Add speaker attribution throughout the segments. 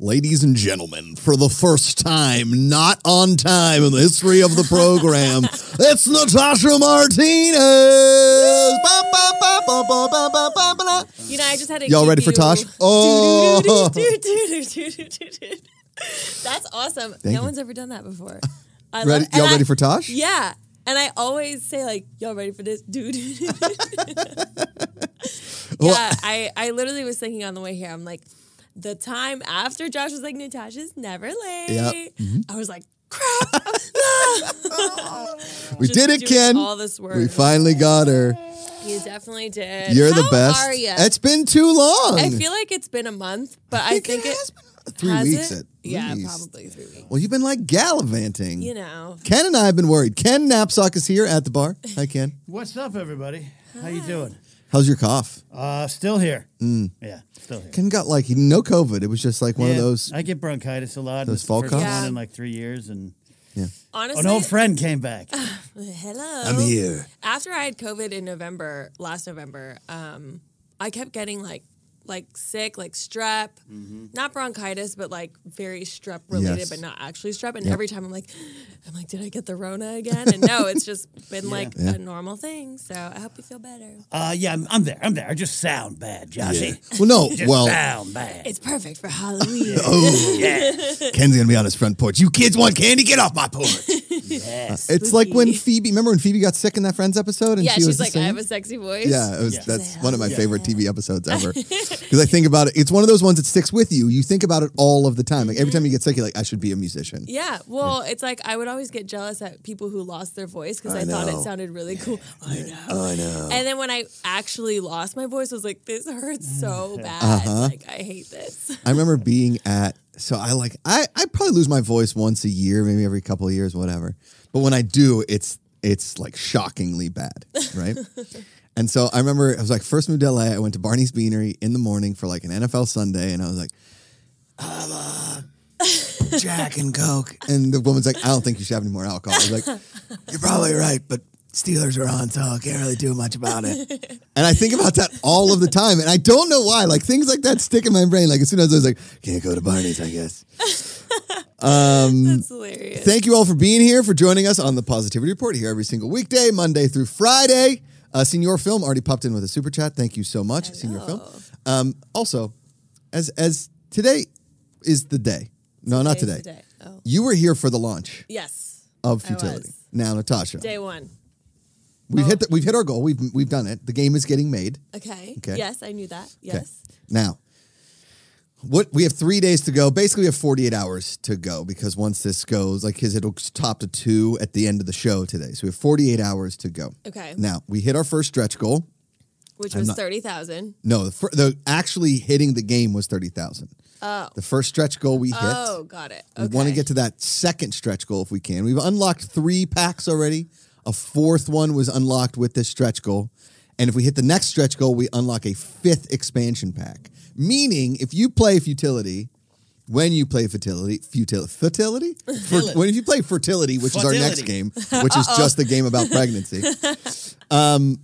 Speaker 1: Ladies and gentlemen, for the first time, not on time in the history of the program, it's Natasha Martinez. Ba, ba, ba, ba, ba, ba, ba, ba, ba.
Speaker 2: You know, I just had to.
Speaker 1: Y'all
Speaker 2: give
Speaker 1: ready for
Speaker 2: you-
Speaker 1: Tosh? Oh.
Speaker 2: That's awesome.
Speaker 1: Thank
Speaker 2: no
Speaker 1: you.
Speaker 2: one's ever done that before. I love-
Speaker 1: Ready,
Speaker 2: and
Speaker 1: y'all
Speaker 2: I-
Speaker 1: ready for Tosh?
Speaker 2: Yeah. And I always say like, "Y'all ready for this, dude?" yeah, I I literally was thinking on the way here. I'm like, the time after Josh was like, "Natasha's never late."
Speaker 1: Yep.
Speaker 2: I was like, "Crap!"
Speaker 1: we
Speaker 2: Just
Speaker 1: did it,
Speaker 2: doing
Speaker 1: Ken.
Speaker 2: All this work.
Speaker 1: We finally got her.
Speaker 2: you definitely did.
Speaker 1: You're the
Speaker 2: How
Speaker 1: best.
Speaker 2: Are ya?
Speaker 1: It's been too long.
Speaker 2: I feel like it's been a month, but I think, it
Speaker 1: has been three
Speaker 2: has
Speaker 1: weeks
Speaker 2: it?
Speaker 1: at
Speaker 2: yeah,
Speaker 1: least.
Speaker 2: probably three weeks.
Speaker 1: Well, you've been like gallivanting.
Speaker 2: You know,
Speaker 1: Ken and I have been worried. Ken Knapsack is here at the bar. Hi, Ken.
Speaker 3: What's up, everybody? How you doing?
Speaker 1: How's your cough?
Speaker 3: Uh, still here. Yeah, still here.
Speaker 1: Ken got like no COVID. It was just like one
Speaker 3: Yeah,
Speaker 1: Mm. of those.
Speaker 3: I get bronchitis a lot.
Speaker 1: those
Speaker 3: It's the
Speaker 1: fall
Speaker 3: first
Speaker 1: coughs?
Speaker 3: one
Speaker 2: Yeah.
Speaker 3: in like three years, and
Speaker 2: honestly,
Speaker 3: an old friend came back.
Speaker 2: hello.
Speaker 1: I'm here.
Speaker 2: After I had COVID in November, last November, um, I kept getting like, like sick, like strep, not bronchitis, but like very strep related,
Speaker 1: Mm-hmm. Yes.
Speaker 2: but not actually strep. And every time I'm like, I'm like, did I get the Rona again? And no, it's just been like a normal thing. So I hope you feel better.
Speaker 3: Uh, yeah, I'm, I'm there. I'm there. I just sound bad, Joshy.
Speaker 1: Well, no.
Speaker 3: Just
Speaker 1: Well, Oh.
Speaker 3: sound bad.
Speaker 2: It's perfect for Halloween.
Speaker 3: yeah.
Speaker 1: Ken's gonna be on his front porch. You kids want candy? Get off my porch.
Speaker 3: yes.
Speaker 1: it's like when Phoebe. Remember when Phoebe got sick in that Friends episode? And
Speaker 2: yeah,
Speaker 1: she was
Speaker 2: she's
Speaker 1: the
Speaker 2: like, I
Speaker 1: same?
Speaker 2: have a sexy voice.
Speaker 1: Yeah, it was,
Speaker 3: Yeah.
Speaker 1: that's one of my
Speaker 3: Yeah.
Speaker 1: favorite TV episodes ever. Because I think about it, it's one of those ones that sticks with you. You think about it all of the time. Like every time you get sick, you're like, I should be a musician.
Speaker 2: Yeah, well, it's like I would always get jealous at people who lost their voice because I, thought
Speaker 1: know.
Speaker 2: it sounded really cool. I know. I know. And then when I actually lost my voice, I was like, this hurts
Speaker 1: Mm.
Speaker 2: so bad.
Speaker 1: Uh-huh.
Speaker 2: Like, I hate this.
Speaker 1: I remember being at so I like I I probably lose my voice once a year, maybe every couple of years, whatever. But when I do, it's it's like shockingly bad, right? and so I remember I was like first moved to LA, I went to Barney's Beanery in the morning for like an NFL Sunday, and I was like, I'm a Jack and Coke, and the woman's like, I don't think you should have any more alcohol. I was like, You're probably right, but. Steelers are on, so I can't really do much about it. And I think about that all of the time, and I don't know why. Like things like that stick in my brain. Like as soon as I was like, can't go to Barney's, I guess. Mm.
Speaker 2: That's hilarious.
Speaker 1: Thank you all for being here, for joining us on the Positivity Report here every single weekday, Monday through Friday. Uh, Senior Film already popped in with a super chat. Thank you so much, Senior Film. Um, also, as as today is the day. No, not
Speaker 2: Today's
Speaker 1: today. Oh.
Speaker 2: the day. Oh.
Speaker 1: You were here for the launch
Speaker 2: Yes,
Speaker 1: of
Speaker 2: I was.
Speaker 1: Futility. Now, Natasha,
Speaker 2: day one.
Speaker 1: we've hit the, we've hit our goal. We've we've done it. The game is getting made.
Speaker 2: Okay.
Speaker 1: Okay.
Speaker 2: Yes, I knew that. Yes.
Speaker 1: Now, what we have three days to go. Basically, we have 48 hours to go because once this goes, like his, it'll top to two at the end of the show today. So we have 48 hours to go.
Speaker 2: Okay.
Speaker 1: Now, we hit our first stretch goal.
Speaker 2: Which was
Speaker 1: not-
Speaker 2: 30,000.
Speaker 1: No, the, fir- the actually hitting the game was 30,000. Oh. The first stretch goal we hit.
Speaker 2: Oh, got it.
Speaker 1: We
Speaker 2: Okay.
Speaker 1: want to get to that second stretch goal if we can. We've unlocked three packs already. A fourth one was unlocked with this stretch goal. And if we hit the next stretch goal, we unlock a fifth expansion pack. Meaning, if you play futility, when you play futility, futility, futility, Fer- when if you play fertility, which is our next
Speaker 3: Fertility.
Speaker 1: game, which is just the game about pregnancy, um,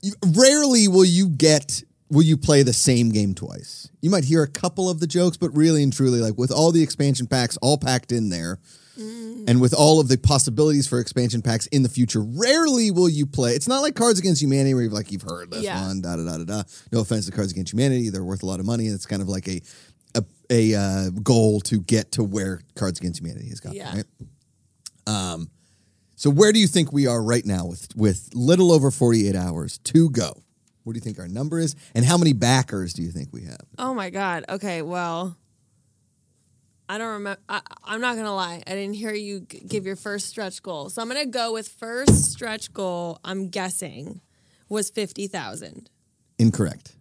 Speaker 1: you- rarely will you get will you play the same game twice. You might hear a couple of the jokes, but really and truly, like with all the expansion packs all packed in there, and with all of the possibilities for expansion packs in the future, rarely will you play. It's not like Cards Against Humanity where you're like, you've heard this
Speaker 2: Yeah.
Speaker 1: one, da da da da da. No offense to Cards Against Humanity, they're worth a lot of money. It's kind of like a a, a uh, goal to get to where Cards Against Humanity has gotten.
Speaker 2: Yeah.
Speaker 1: Right? Um, so where do you think we are right now with with little over 48 hours to go? What do you think our number is, and how many backers do you think we have?
Speaker 2: Oh my god. Okay. Well, I don't remember. I, I'm not gonna lie. I didn't hear you g- give your first stretch goal, so I'm gonna go with first stretch goal. I'm guessing was fifty thousand.
Speaker 1: Incorrect.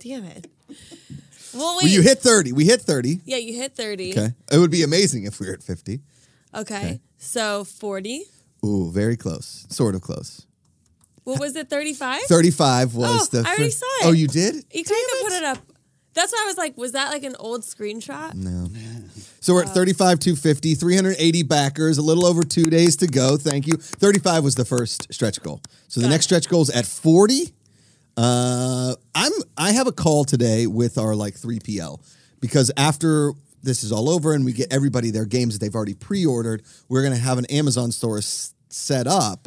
Speaker 2: Damn it. Well, wait.
Speaker 1: Well, you hit 30. We hit 30.
Speaker 2: yeah, you hit thirty.
Speaker 1: Okay. It would be amazing if we were at 50.
Speaker 2: Okay. So forty.
Speaker 1: Ooh, very close. Sort of close.
Speaker 2: What was it? Thirty-five.
Speaker 1: 35 was
Speaker 2: Oh,
Speaker 1: the
Speaker 2: I already
Speaker 1: fir-
Speaker 2: saw it.
Speaker 1: Oh, you did?
Speaker 2: You kind of put it up. That's why I was like, was that like an old screenshot?
Speaker 1: So
Speaker 2: Uh,
Speaker 1: we're at 35 250, 380 backers, a little over 2 days to go. Thank you. 35 was the first stretch goal. So the
Speaker 2: Got
Speaker 1: next
Speaker 2: it.
Speaker 1: stretch goal is at 40. Uh, I'm I have a call today with our like 3PL because after this is all over and we get everybody their games that they've already pre-ordered, we're gonna have an Amazon store s- set up.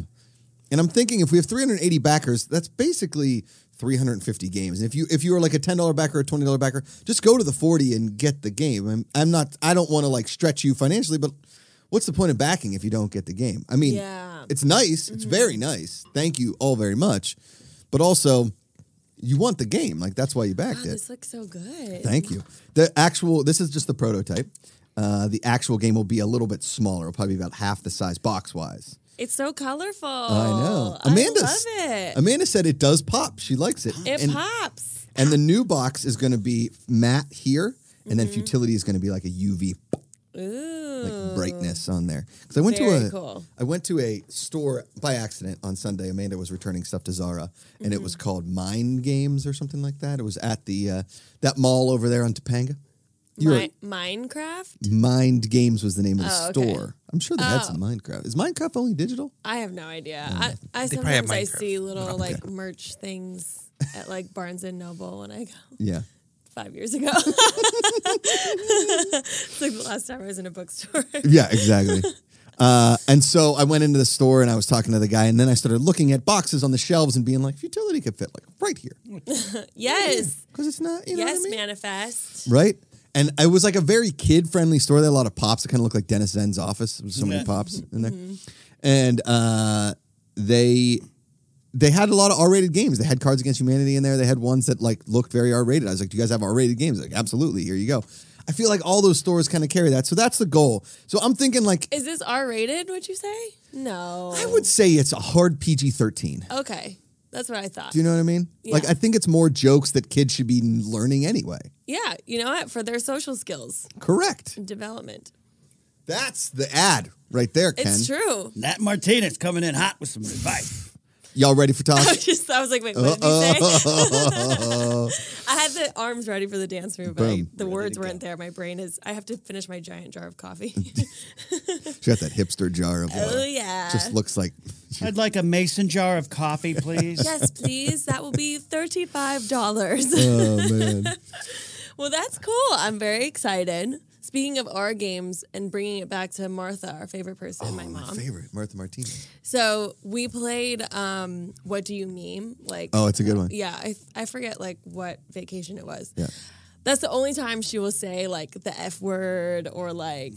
Speaker 1: And I'm thinking if we have 380 backers, that's basically 350 games. And if you if you are like a ten dollar backer or a twenty dollar backer, just go to the 40 and get the game. I'm I'm not I don't want to like stretch you financially, but what's the point of backing if you don't get the game? I mean,
Speaker 2: Yeah.
Speaker 1: it's nice. It's very nice. Thank you all very much. But also, you want the game. Like that's why you backed it.
Speaker 2: Oh, This looks so good.
Speaker 1: Thank you. The actual this is just the prototype. Uh, the actual game will be a little bit smaller. It'll probably be about half the size box wise.
Speaker 2: It's so colorful.
Speaker 1: I know. Amanda
Speaker 2: Amanda, Oh, I love it.
Speaker 1: Amanda said it does pop. She likes it.
Speaker 2: it
Speaker 1: and,
Speaker 2: pops.
Speaker 1: and the new box is going to be matte here, and then futility is going to be like a UV
Speaker 2: Ooh.
Speaker 1: like brightness on there. Because I went to
Speaker 2: Very
Speaker 1: a
Speaker 2: cool.
Speaker 1: I went to a store by accident on Sunday. Amanda was returning stuff to Zara, and it
Speaker 2: Mm-hmm.
Speaker 1: was called Mind Games or something like that. It was at the uh, that mall over there on Topanga. You were-
Speaker 2: Mi- Minecraft?
Speaker 1: Mind Games was the name of the
Speaker 2: Oh, okay. Oh.
Speaker 1: store. I'm sure they had some Minecraft. Is Minecraft only digital?
Speaker 2: I have no idea.
Speaker 1: Mm.
Speaker 2: I, I
Speaker 4: They probably have
Speaker 2: sometimes I
Speaker 4: Minecraft.
Speaker 2: see little like merch things at like Barnes and Noble when I go
Speaker 1: Yeah.
Speaker 2: five years ago. it's like the last time I was in a bookstore.
Speaker 1: Yeah, exactly. uh, and so I went into the store and I was talking to the guy, and then I started looking at boxes on the shelves and being like, "Futility could fit like right here,"
Speaker 2: yes.
Speaker 1: because it's not, you know, what I
Speaker 2: Mm. Yes,
Speaker 1: mean?
Speaker 2: manifest.
Speaker 1: right? And it was like a very kid friendly store. They had a lot of pops that kind of looked like Dennis Zenn's office. There was so many
Speaker 3: Yeah.
Speaker 1: pops in there,
Speaker 2: Mm-hmm.
Speaker 1: and uh, they they had a lot of R rated games. They had Cards Against Humanity in there. They had ones that like looked very R rated. I was like, "Do you guys have R rated games?" Like, absolutely. Here you go. I feel like all those stores kind of carry that. So that's the goal. So I'm thinking like
Speaker 2: Is this R rated, would you say? No.
Speaker 1: I would say it's a hard PG 13.
Speaker 2: Okay. That's what I thought.
Speaker 1: Do you know what I mean?
Speaker 2: Yeah.
Speaker 1: Like, I think it's more jokes that kids should be learning anyway.
Speaker 2: yeah. You know what? For their social skills
Speaker 1: Correct.
Speaker 2: development.
Speaker 1: That's the ad right there, Ken.
Speaker 2: It's true.
Speaker 3: Nat Martinez coming in hot with some advice.
Speaker 1: Y'all ready for
Speaker 2: I
Speaker 1: Tosh?
Speaker 2: was just I was like, wait, what did you say? I had the arms ready for the dance move, but I-
Speaker 1: Boom.
Speaker 2: the words weren't there. My brain is I have to finish my giant jar of coffee.
Speaker 1: she got that hipster jar of
Speaker 2: oh
Speaker 1: oil.
Speaker 2: yeah.
Speaker 1: Just looks like
Speaker 3: I'd like a mason jar of coffee, please.
Speaker 2: yes, please. That will be thirty-five dollars.
Speaker 1: oh man.
Speaker 2: well, that's cool. I'm very excited. Speaking of our games and bringing it back to Martha, our favorite person, my
Speaker 1: Oh, My
Speaker 2: mom.
Speaker 1: favorite, Martha Martinez.
Speaker 2: So we played. Um, what do you meme? Like,
Speaker 1: Oh, it's a good one.
Speaker 2: yeah, I, I forget like what vacation it was.
Speaker 1: Yeah.
Speaker 2: That's the only time she will say like the F word or like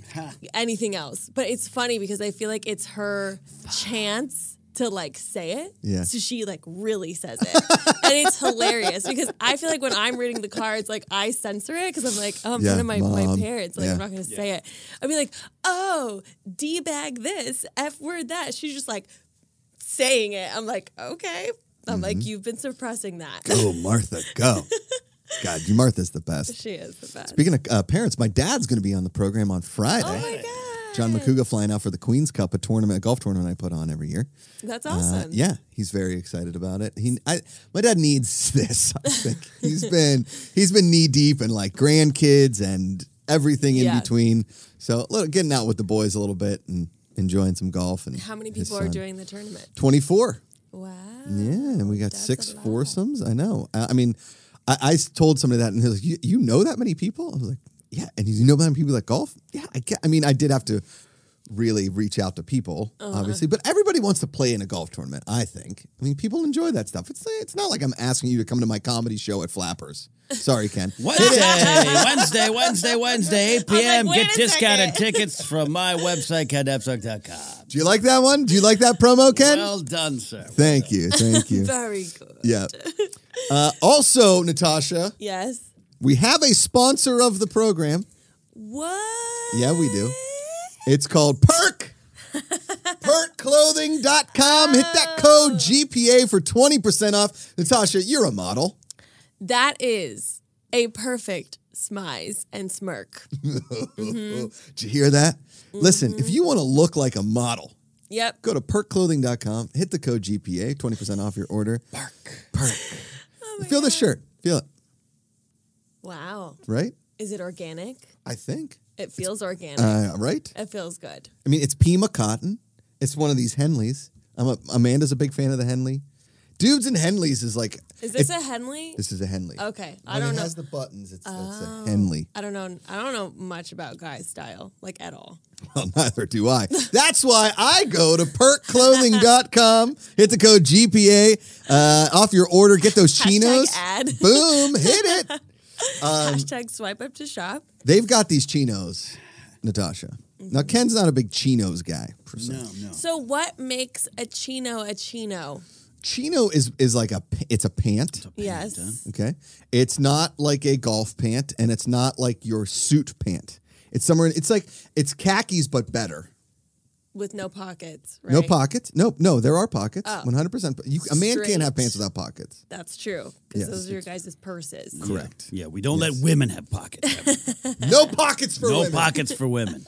Speaker 2: anything else. But it's funny because I feel like it's her chance to like say it.
Speaker 1: Yeah.
Speaker 2: So she like really says it. and it's hilarious because I feel like when I'm reading the cards, like I censor it because I'm like, oh, I'm
Speaker 1: Yeah,
Speaker 2: front of my, my
Speaker 1: mom.
Speaker 2: parents. Like
Speaker 1: Yeah.
Speaker 2: I'm not gonna say it. I'd be like, oh, D bag this, F word that. She's just like saying it. I'm like, okay. I'm like,
Speaker 1: Mm-hmm.
Speaker 2: you've been suppressing that.
Speaker 1: Go, Oh, Martha, go. God, you Martha's the best.
Speaker 2: she is the best.
Speaker 1: Speaking of uh, parents, my dad's going to be on the program on Friday.
Speaker 2: oh my god.
Speaker 1: John McCouga flying out for the Queen's Cup, a tournament, a golf tournament I put on every year.
Speaker 2: That's
Speaker 1: Uh,
Speaker 2: awesome.
Speaker 1: yeah, he's very excited about it. He, I, my dad needs this. I think he's been he's been knee deep in like grandkids and everything in
Speaker 2: Yeah.
Speaker 1: between. So look, getting out with the boys a little bit and enjoying some golf. And
Speaker 2: How many
Speaker 1: his
Speaker 2: people are
Speaker 1: son.
Speaker 2: doing the tournament?
Speaker 1: Twenty four.
Speaker 2: Wow.
Speaker 1: Yeah, and we got
Speaker 2: that's
Speaker 1: six
Speaker 2: a lot.
Speaker 1: foursomes. I know. I, I mean, I, I s- told somebody that, and he was like, you, "You know that many people?" I was like, "Yeah." And he's, you know how many people that golf? Yeah, I get. I mean, I did have to really reach out to people, obviously, but everybody wants to play in a golf tournament. I think. I mean, people enjoy that stuff. It's it's not like I'm asking you to come to my comedy show at Flappers. Sorry, Ken.
Speaker 3: Wednesday, Wednesday, Wednesday, Wednesday, 8 p.m.
Speaker 2: wait
Speaker 3: Get
Speaker 2: a second.
Speaker 3: discounted tickets from my website, cadapsuck.com.
Speaker 1: Do you like that one? Do you like that promo, Ken?
Speaker 3: Well done, sir.
Speaker 1: thank you, thank you.
Speaker 2: Very good.
Speaker 1: yeah. Uh, also, Natasha,
Speaker 2: Yes.
Speaker 1: we have a sponsor of the program.
Speaker 2: What?
Speaker 1: Yeah, we do. It's called Perk. Perkclothing.com. Hit that code
Speaker 2: Oh.
Speaker 1: GPA for 20% off. Natasha, you're a model.
Speaker 2: That is a perfect smize and smirk. Mm-hmm.
Speaker 1: Did you hear that? Listen, if you want to look like a model,
Speaker 2: Yep.
Speaker 1: go to perkclothing.com, hit the code GPA, 20% off your order. Perk. Perk.
Speaker 2: Oh
Speaker 1: Feel the shirt. Feel it,
Speaker 2: Wow.
Speaker 1: right?
Speaker 2: Is it organic?
Speaker 1: I think.
Speaker 2: It feels organic.
Speaker 1: Uh, right?
Speaker 2: it feels good.
Speaker 1: I mean, it's Pima cotton. It's one of these Henleys. I'm a, Amanda's a big fan of the Henley. Dudes and Henleys is like
Speaker 2: Is this
Speaker 1: if-
Speaker 2: a Henley?
Speaker 1: this is a Henley.
Speaker 2: Okay, I
Speaker 1: When
Speaker 2: don't
Speaker 1: it
Speaker 2: know.
Speaker 1: has the buttons. It's that's
Speaker 2: Oh.
Speaker 1: a Henley.
Speaker 2: I don't know. I don't know much about guy style, like at all.
Speaker 1: Well, neither do I. That's why I go to perkclothing.com, hit the code GPA uh, off your order, get those chinos. um,
Speaker 2: Hashtag ad.
Speaker 1: Boom, hit it.
Speaker 2: Hashtag swipe up to shop.
Speaker 1: They've got these chinos, Natasha. Now,
Speaker 2: Mm-hmm.
Speaker 1: Ken's not a big chinos guy. Per se.
Speaker 3: No, no.
Speaker 2: So what makes a chino a chino?
Speaker 1: Chino is is like a p- it's a pant.
Speaker 2: Yes.
Speaker 1: Okay, it's not like a golf pant, and it's not like your suit pant. It's somewhere. It's like it's khakis, but better.
Speaker 2: With no pockets, right?
Speaker 1: No pockets. Nope. No, there are pockets.
Speaker 2: Oh.
Speaker 1: One hundred percent. You a man
Speaker 2: Straight.
Speaker 1: can't have pants without pockets.
Speaker 2: That's true.
Speaker 1: Yes.
Speaker 2: Because those are your guys' purses.
Speaker 1: Correct.
Speaker 3: Yeah, we don't let women have pockets. Evan.
Speaker 1: No pockets for
Speaker 3: no
Speaker 1: women.
Speaker 3: pockets for women.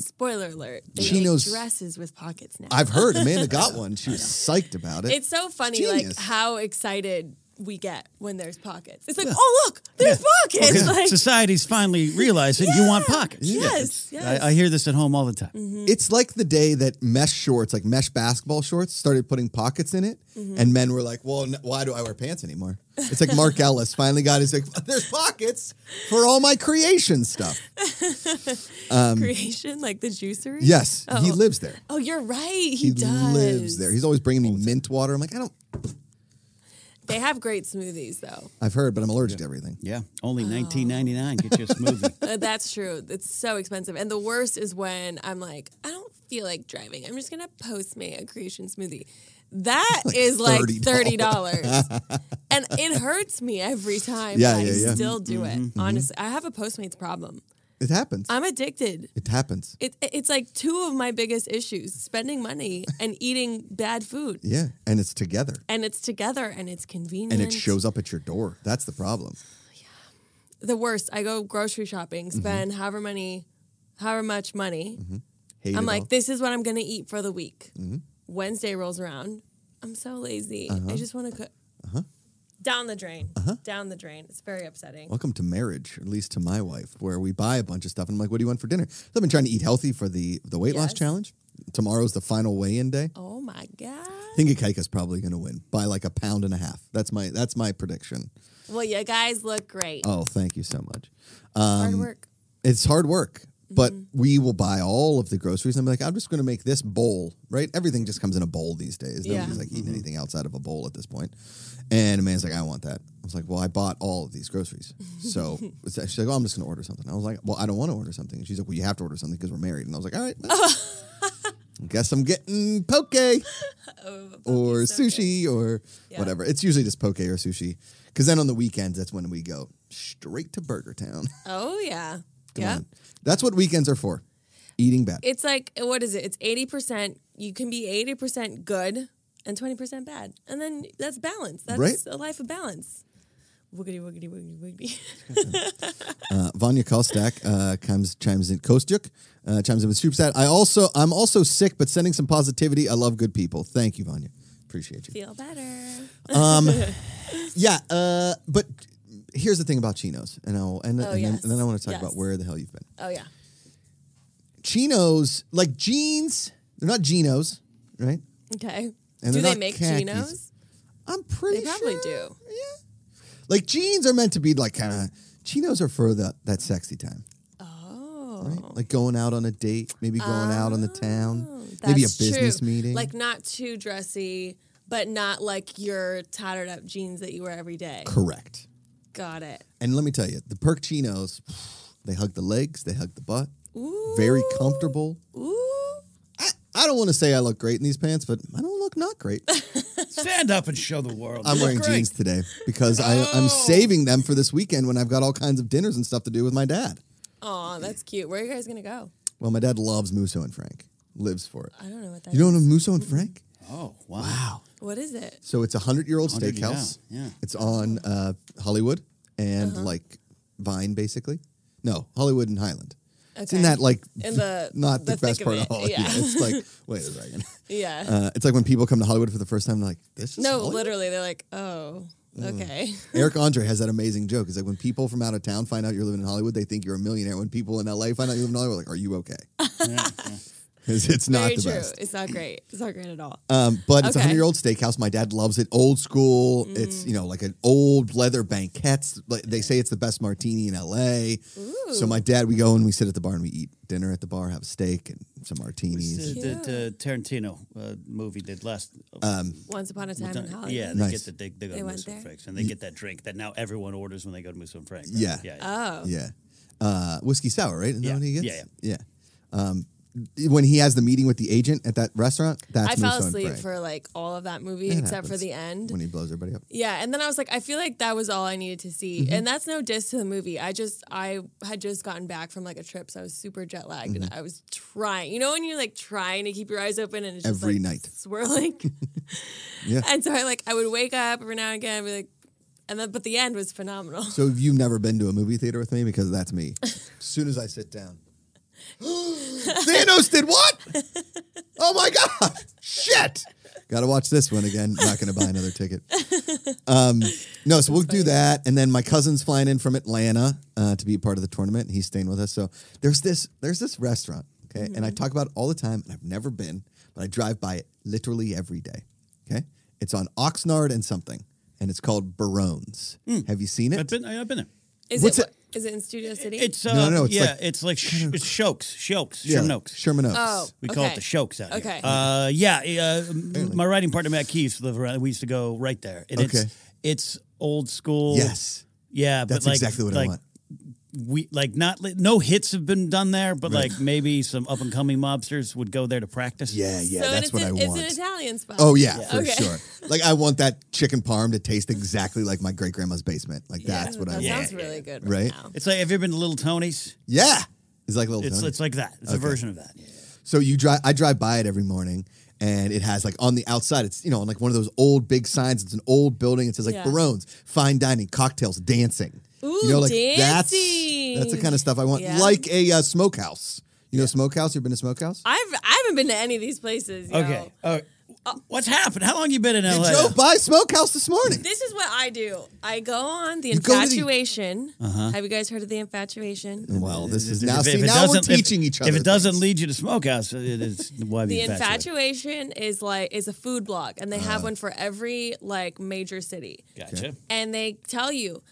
Speaker 2: Spoiler alert. They
Speaker 1: Chinos-
Speaker 2: make dresses with pockets now.
Speaker 1: I've heard Amanda got one. She was psyched about it.
Speaker 2: it's so funny,
Speaker 1: Genius.
Speaker 2: like how excited we get when there's pockets. It's like, oh look, there's pockets. Like,
Speaker 3: Society's finally realizing you want pockets.
Speaker 2: yes, yes.
Speaker 3: I, I hear this at home all the time.
Speaker 1: It's like the day that mesh shorts, like mesh basketball shorts, started putting pockets in it,
Speaker 2: Mm-hmm.
Speaker 1: and men were like, "Well, n- why do I wear pants anymore?" It's like Mark Ellis finally got his like, "There's pockets for all my creation stuff."
Speaker 2: creation, like the juicery.
Speaker 1: um, Yes, he
Speaker 2: Oh.
Speaker 1: lives there.
Speaker 2: Oh, you're right. He,
Speaker 1: He
Speaker 2: does.
Speaker 1: lives there. He's always bringing me mint water. I'm like, I don't.
Speaker 2: They have great smoothies though.
Speaker 1: I've heard, but I'm allergic to everything.
Speaker 3: Yeah, only nineteen ninety nine. Get you a smoothie.
Speaker 2: Uh, that's true. It's so expensive. And the worst is when I'm like, I don't feel like driving. I'm just gonna post me a creation smoothie. That is like
Speaker 1: $30.
Speaker 2: thirty dollars, and it hurts me every time.
Speaker 1: Yeah,
Speaker 2: but
Speaker 1: yeah,
Speaker 2: I
Speaker 1: yeah.
Speaker 2: still do it. Honestly, I have a Postmates problem.
Speaker 1: It happens.
Speaker 2: I'm addicted.
Speaker 1: it happens.
Speaker 2: It, it's like two of my biggest issues: spending money and eating bad food.
Speaker 1: Yeah, and it's together,
Speaker 2: And it's together, and it's convenient.
Speaker 1: and it shows up at your door. That's the problem.
Speaker 2: the worst. I go grocery shopping,
Speaker 1: Mm-hmm.
Speaker 2: spend however money, however much money.
Speaker 1: Hate
Speaker 2: I'm
Speaker 1: it
Speaker 2: like,
Speaker 1: all.
Speaker 2: this is what I'm gonna eat for the week.
Speaker 1: Mm-hmm.
Speaker 2: Wednesday rolls around. I'm so lazy. I
Speaker 1: Uh-huh.
Speaker 2: just want to cook. Down the drain. Down the drain. It's very upsetting.
Speaker 1: Welcome to marriage, or at least to my wife, where we buy a bunch of stuff. And I'm like, what do you want for dinner? So I've been trying to eat healthy for the, the weight loss
Speaker 2: Yes.
Speaker 1: challenge. Tomorrow's the final weigh in day.
Speaker 2: Oh my god.
Speaker 1: I think Ikaika's probably going to win by like a pound and a half. That's my that's my prediction.
Speaker 2: Well, you guys look great.
Speaker 1: Oh, thank you so much.
Speaker 2: Hard work.
Speaker 1: It's hard work, but
Speaker 2: Mm-hmm.
Speaker 1: we will buy all of the groceries. And I'm like, I'm just going to make this bowl, right? Everything just comes in a bowl these days.
Speaker 2: Yeah.
Speaker 1: Nobody's like eating anything outside of a bowl at this point. And Amanda's like, I want that. I was like, well, I bought all of these groceries. So she's like, well, I'm just going to order something. I was like, well, I don't want to order something. And she's like, well, you have to order something because we're married. And I was like, all right. well, Guess I'm getting poke
Speaker 2: Oh,
Speaker 1: or sushi or
Speaker 2: Yeah.
Speaker 1: whatever. It's usually just poke or sushi. Because then on the weekends, that's when we go straight to Burger Town.
Speaker 2: Oh yeah.
Speaker 1: Come
Speaker 2: yeah.
Speaker 1: on. That's what weekends are for. Eating bad.
Speaker 2: It's like what is it? It's eighty percent. You can be eighty percent good and twenty percent bad, and then that's balance. That's
Speaker 1: Right.
Speaker 2: a life of balance. Wiggity wiggity wiggity wiggity.
Speaker 1: Uh, Vanya Kostak uh, comes chimes in. Kostyuk uh, chimes in with super sad. I also I'm also sick, but sending some positivity. I love good people. Thank you, Vanya. Appreciate you.
Speaker 2: Feel better.
Speaker 1: Yeah, uh, but here's the thing about chinos, and I'll and,
Speaker 2: Oh,
Speaker 1: and, then,
Speaker 2: yes.
Speaker 1: and then I want to talk
Speaker 2: Yes.
Speaker 1: about where the hell you've been.
Speaker 2: Oh yeah.
Speaker 1: Chinos, like jeans, they're not chinos, right?
Speaker 2: Okay.
Speaker 1: And
Speaker 2: do
Speaker 1: they're
Speaker 2: they
Speaker 1: not
Speaker 2: make
Speaker 1: khakis.
Speaker 2: chinos?
Speaker 1: I'm pretty.
Speaker 2: They probably
Speaker 1: sure.
Speaker 2: do.
Speaker 1: Like jeans are meant to be like kind of chinos are for the that sexy time.
Speaker 2: Oh.
Speaker 1: right? Like going out on a date, maybe going out on the
Speaker 2: Oh,
Speaker 1: town,
Speaker 2: That's
Speaker 1: maybe a business
Speaker 2: true.
Speaker 1: meeting.
Speaker 2: Like not too dressy, but not like your tattered up jeans that you wear every day.
Speaker 1: correct.
Speaker 2: Got it.
Speaker 1: And let me tell you, the perk chinos, they hug the legs, they hug the butt,
Speaker 2: Ooh.
Speaker 1: very comfortable.
Speaker 2: Ooh.
Speaker 1: I, I don't want to say I look great in these pants, but I don't look not great.
Speaker 3: Stand up and show the world.
Speaker 1: I'm
Speaker 3: You look
Speaker 1: wearing
Speaker 3: great.
Speaker 1: jeans today because I, I'm
Speaker 2: Oh.
Speaker 1: saving them for this weekend when I've got all kinds of dinners and stuff to do with my dad.
Speaker 2: Aw, that's cute. Where are you guys gonna go?
Speaker 1: Well, my dad loves Musso and Frank, lives for it.
Speaker 2: I don't know what that
Speaker 1: You don't know Musso and Frank?
Speaker 3: Oh wow!
Speaker 2: is. What is it?
Speaker 1: So it's a hundred year old
Speaker 3: 100,
Speaker 1: steakhouse.
Speaker 3: yeah, yeah.
Speaker 1: It's on uh, Hollywood and
Speaker 2: Uh-huh.
Speaker 1: like Vine, basically. No, Hollywood and Highland. It's in
Speaker 2: Okay.
Speaker 1: that like
Speaker 2: In the-
Speaker 1: not the,
Speaker 2: the
Speaker 1: best
Speaker 2: thick of
Speaker 1: part of,
Speaker 2: it,
Speaker 1: Hollywood.
Speaker 2: yeah.
Speaker 1: It's like wait a second.
Speaker 2: Yeah.
Speaker 1: Uh, it's like when people come to Hollywood for the first time, they're like, "This is
Speaker 2: no,
Speaker 1: Hollywood?
Speaker 2: literally, they're like, oh,
Speaker 1: Mm.
Speaker 2: okay.
Speaker 1: Eric Andre has that amazing joke. It's like when people from out of town find out you're living in Hollywood, they think you're a millionaire. When people in LA find out you live in Hollywood, like, are you okay?
Speaker 3: Yeah, yeah.
Speaker 1: It's, it's not
Speaker 2: Very
Speaker 1: the
Speaker 2: true.
Speaker 1: best.
Speaker 2: It's not great. It's not great at all.
Speaker 1: Um, but it's a
Speaker 2: Okay. Mm.
Speaker 1: hundred year old steakhouse. My dad loves it. Old school. It's you know like an old leather banquettes. Like, They say it's the best martini in L.A. So my dad, we go and we sit at the bar and we eat dinner at the bar, have a steak and some martinis.
Speaker 2: Cute.
Speaker 3: The, the, the Tarantino uh, movie did last.
Speaker 2: Once upon a time in Hollywood.
Speaker 3: yeah, they
Speaker 1: Nice.
Speaker 3: get the they, they go
Speaker 2: They
Speaker 3: to
Speaker 2: went
Speaker 3: Moose and
Speaker 2: there?
Speaker 3: Frank's, and they get that drink that now everyone orders when they go to Moose and Frank's. right?
Speaker 1: Yeah.
Speaker 3: yeah,
Speaker 2: Oh.
Speaker 1: Yeah, uh, whiskey sour, right? Isn't that
Speaker 3: Yeah.
Speaker 1: what he gets?
Speaker 3: Yeah,
Speaker 1: yeah. Um, when he has the meeting with the agent at that restaurant, that's
Speaker 2: I fell
Speaker 1: Musso and
Speaker 2: asleep
Speaker 1: Frank,
Speaker 2: for like all of that movie
Speaker 1: It
Speaker 2: except for
Speaker 1: happens.
Speaker 2: the end.
Speaker 1: when he blows everybody up.
Speaker 2: Yeah, and then I was like, I feel like that was all I needed to see,
Speaker 1: Mm-hmm.
Speaker 2: and that's no diss to the movie. I just I had just gotten back from like a trip, so I was super jet lagged, and
Speaker 1: Mm-hmm.
Speaker 2: I was trying. You know, when you're like trying to keep your eyes open and it's just,
Speaker 1: Every
Speaker 2: like,
Speaker 1: night.
Speaker 2: swirling.
Speaker 1: Yeah.
Speaker 2: and so I like I would wake up every now and again, and be like, and then but the end was phenomenal.
Speaker 1: So if you've never been to a movie theater with me because that's me. As soon as I sit down, Thanos did what? Oh my god! Shit! Got to watch this one again. Not going to buy another ticket. Um, no, so we'll do that, and then my cousin's flying in from Atlanta uh, to be a part of the tournament. He's staying with us. So there's this there's this restaurant, okay, and I talk about it all the time, and I've never been, but I drive by it literally every day. Okay, it's on Oxnard and something, and it's called Barones. Have you seen it?
Speaker 3: Hmm. I've been I- I've been there.
Speaker 2: Is
Speaker 1: What's
Speaker 2: it, Is it in Studio City?
Speaker 3: It's uh,
Speaker 1: No, no, it's
Speaker 3: yeah,
Speaker 1: like-
Speaker 3: it's like sh- it's Shokes, Shokes,
Speaker 1: Yeah,
Speaker 3: Sherman Oaks.
Speaker 1: Sherman Oaks.
Speaker 2: Oh.
Speaker 3: We call it
Speaker 2: Okay.
Speaker 3: the Shokes out
Speaker 2: Okay.
Speaker 3: here. Uh, yeah, uh, my writing partner Matt Keeves lived around. We used to go right there, and
Speaker 1: Okay.
Speaker 3: it's it's old school.
Speaker 1: Yes.
Speaker 3: yeah,
Speaker 1: That's
Speaker 3: but like,
Speaker 1: exactly what
Speaker 3: like,
Speaker 1: I want.
Speaker 3: We like not li- no hits have been done there, but like maybe some up and coming mobsters would go there to practice.
Speaker 1: Yeah, yeah,
Speaker 2: so
Speaker 1: that's
Speaker 2: it's
Speaker 1: what
Speaker 2: an,
Speaker 1: I want.
Speaker 2: It's an Italian spot.
Speaker 1: oh yeah, for
Speaker 2: Okay.
Speaker 1: sure. Like I want that chicken parm to taste exactly like my great grandma's basement. Like that's what I
Speaker 2: that
Speaker 1: want.
Speaker 2: sounds
Speaker 3: Yeah.
Speaker 2: really good
Speaker 1: Right?
Speaker 2: right, now.
Speaker 3: it's like have you ever been to Little Tony's?
Speaker 1: Yeah, it's like little.
Speaker 3: It's
Speaker 1: Tony.
Speaker 3: it's like that. It's a version of that.
Speaker 1: so you drive. I drive by it every morning, and it has like on the outside. It's you know on like one of those old big signs. It's an old building. It says like
Speaker 2: Yeah.
Speaker 1: Barones, fine dining, cocktails, dancing. you
Speaker 2: Ooh,
Speaker 1: know, like that's that's the
Speaker 2: dancing.
Speaker 1: kind of stuff I want.
Speaker 2: Yeah.
Speaker 1: Like a uh, smokehouse. You know, smokehouse. You've been to smokehouse?
Speaker 2: I've I haven't been to any of these places. Yo.
Speaker 3: Okay. Uh, what's happened? How long you been in
Speaker 1: I
Speaker 3: LA?
Speaker 1: drove by smokehouse this morning.
Speaker 2: This is what I do. I go on the
Speaker 1: You go to the- Uh-huh.
Speaker 2: infatuation. Have you guys heard of the infatuation?
Speaker 1: Well, this is
Speaker 3: If-
Speaker 1: now.
Speaker 3: if
Speaker 1: see,
Speaker 3: it
Speaker 1: now we're
Speaker 3: doesn't- if-
Speaker 1: teaching each other.
Speaker 3: If it doesn't
Speaker 1: things.
Speaker 3: lead you to smokehouse, it is why
Speaker 2: The
Speaker 3: be infatuated.
Speaker 2: infatuation is like is a food blog, and they
Speaker 1: Uh-huh.
Speaker 2: have one for every like major city.
Speaker 3: Gotcha.
Speaker 2: and they tell you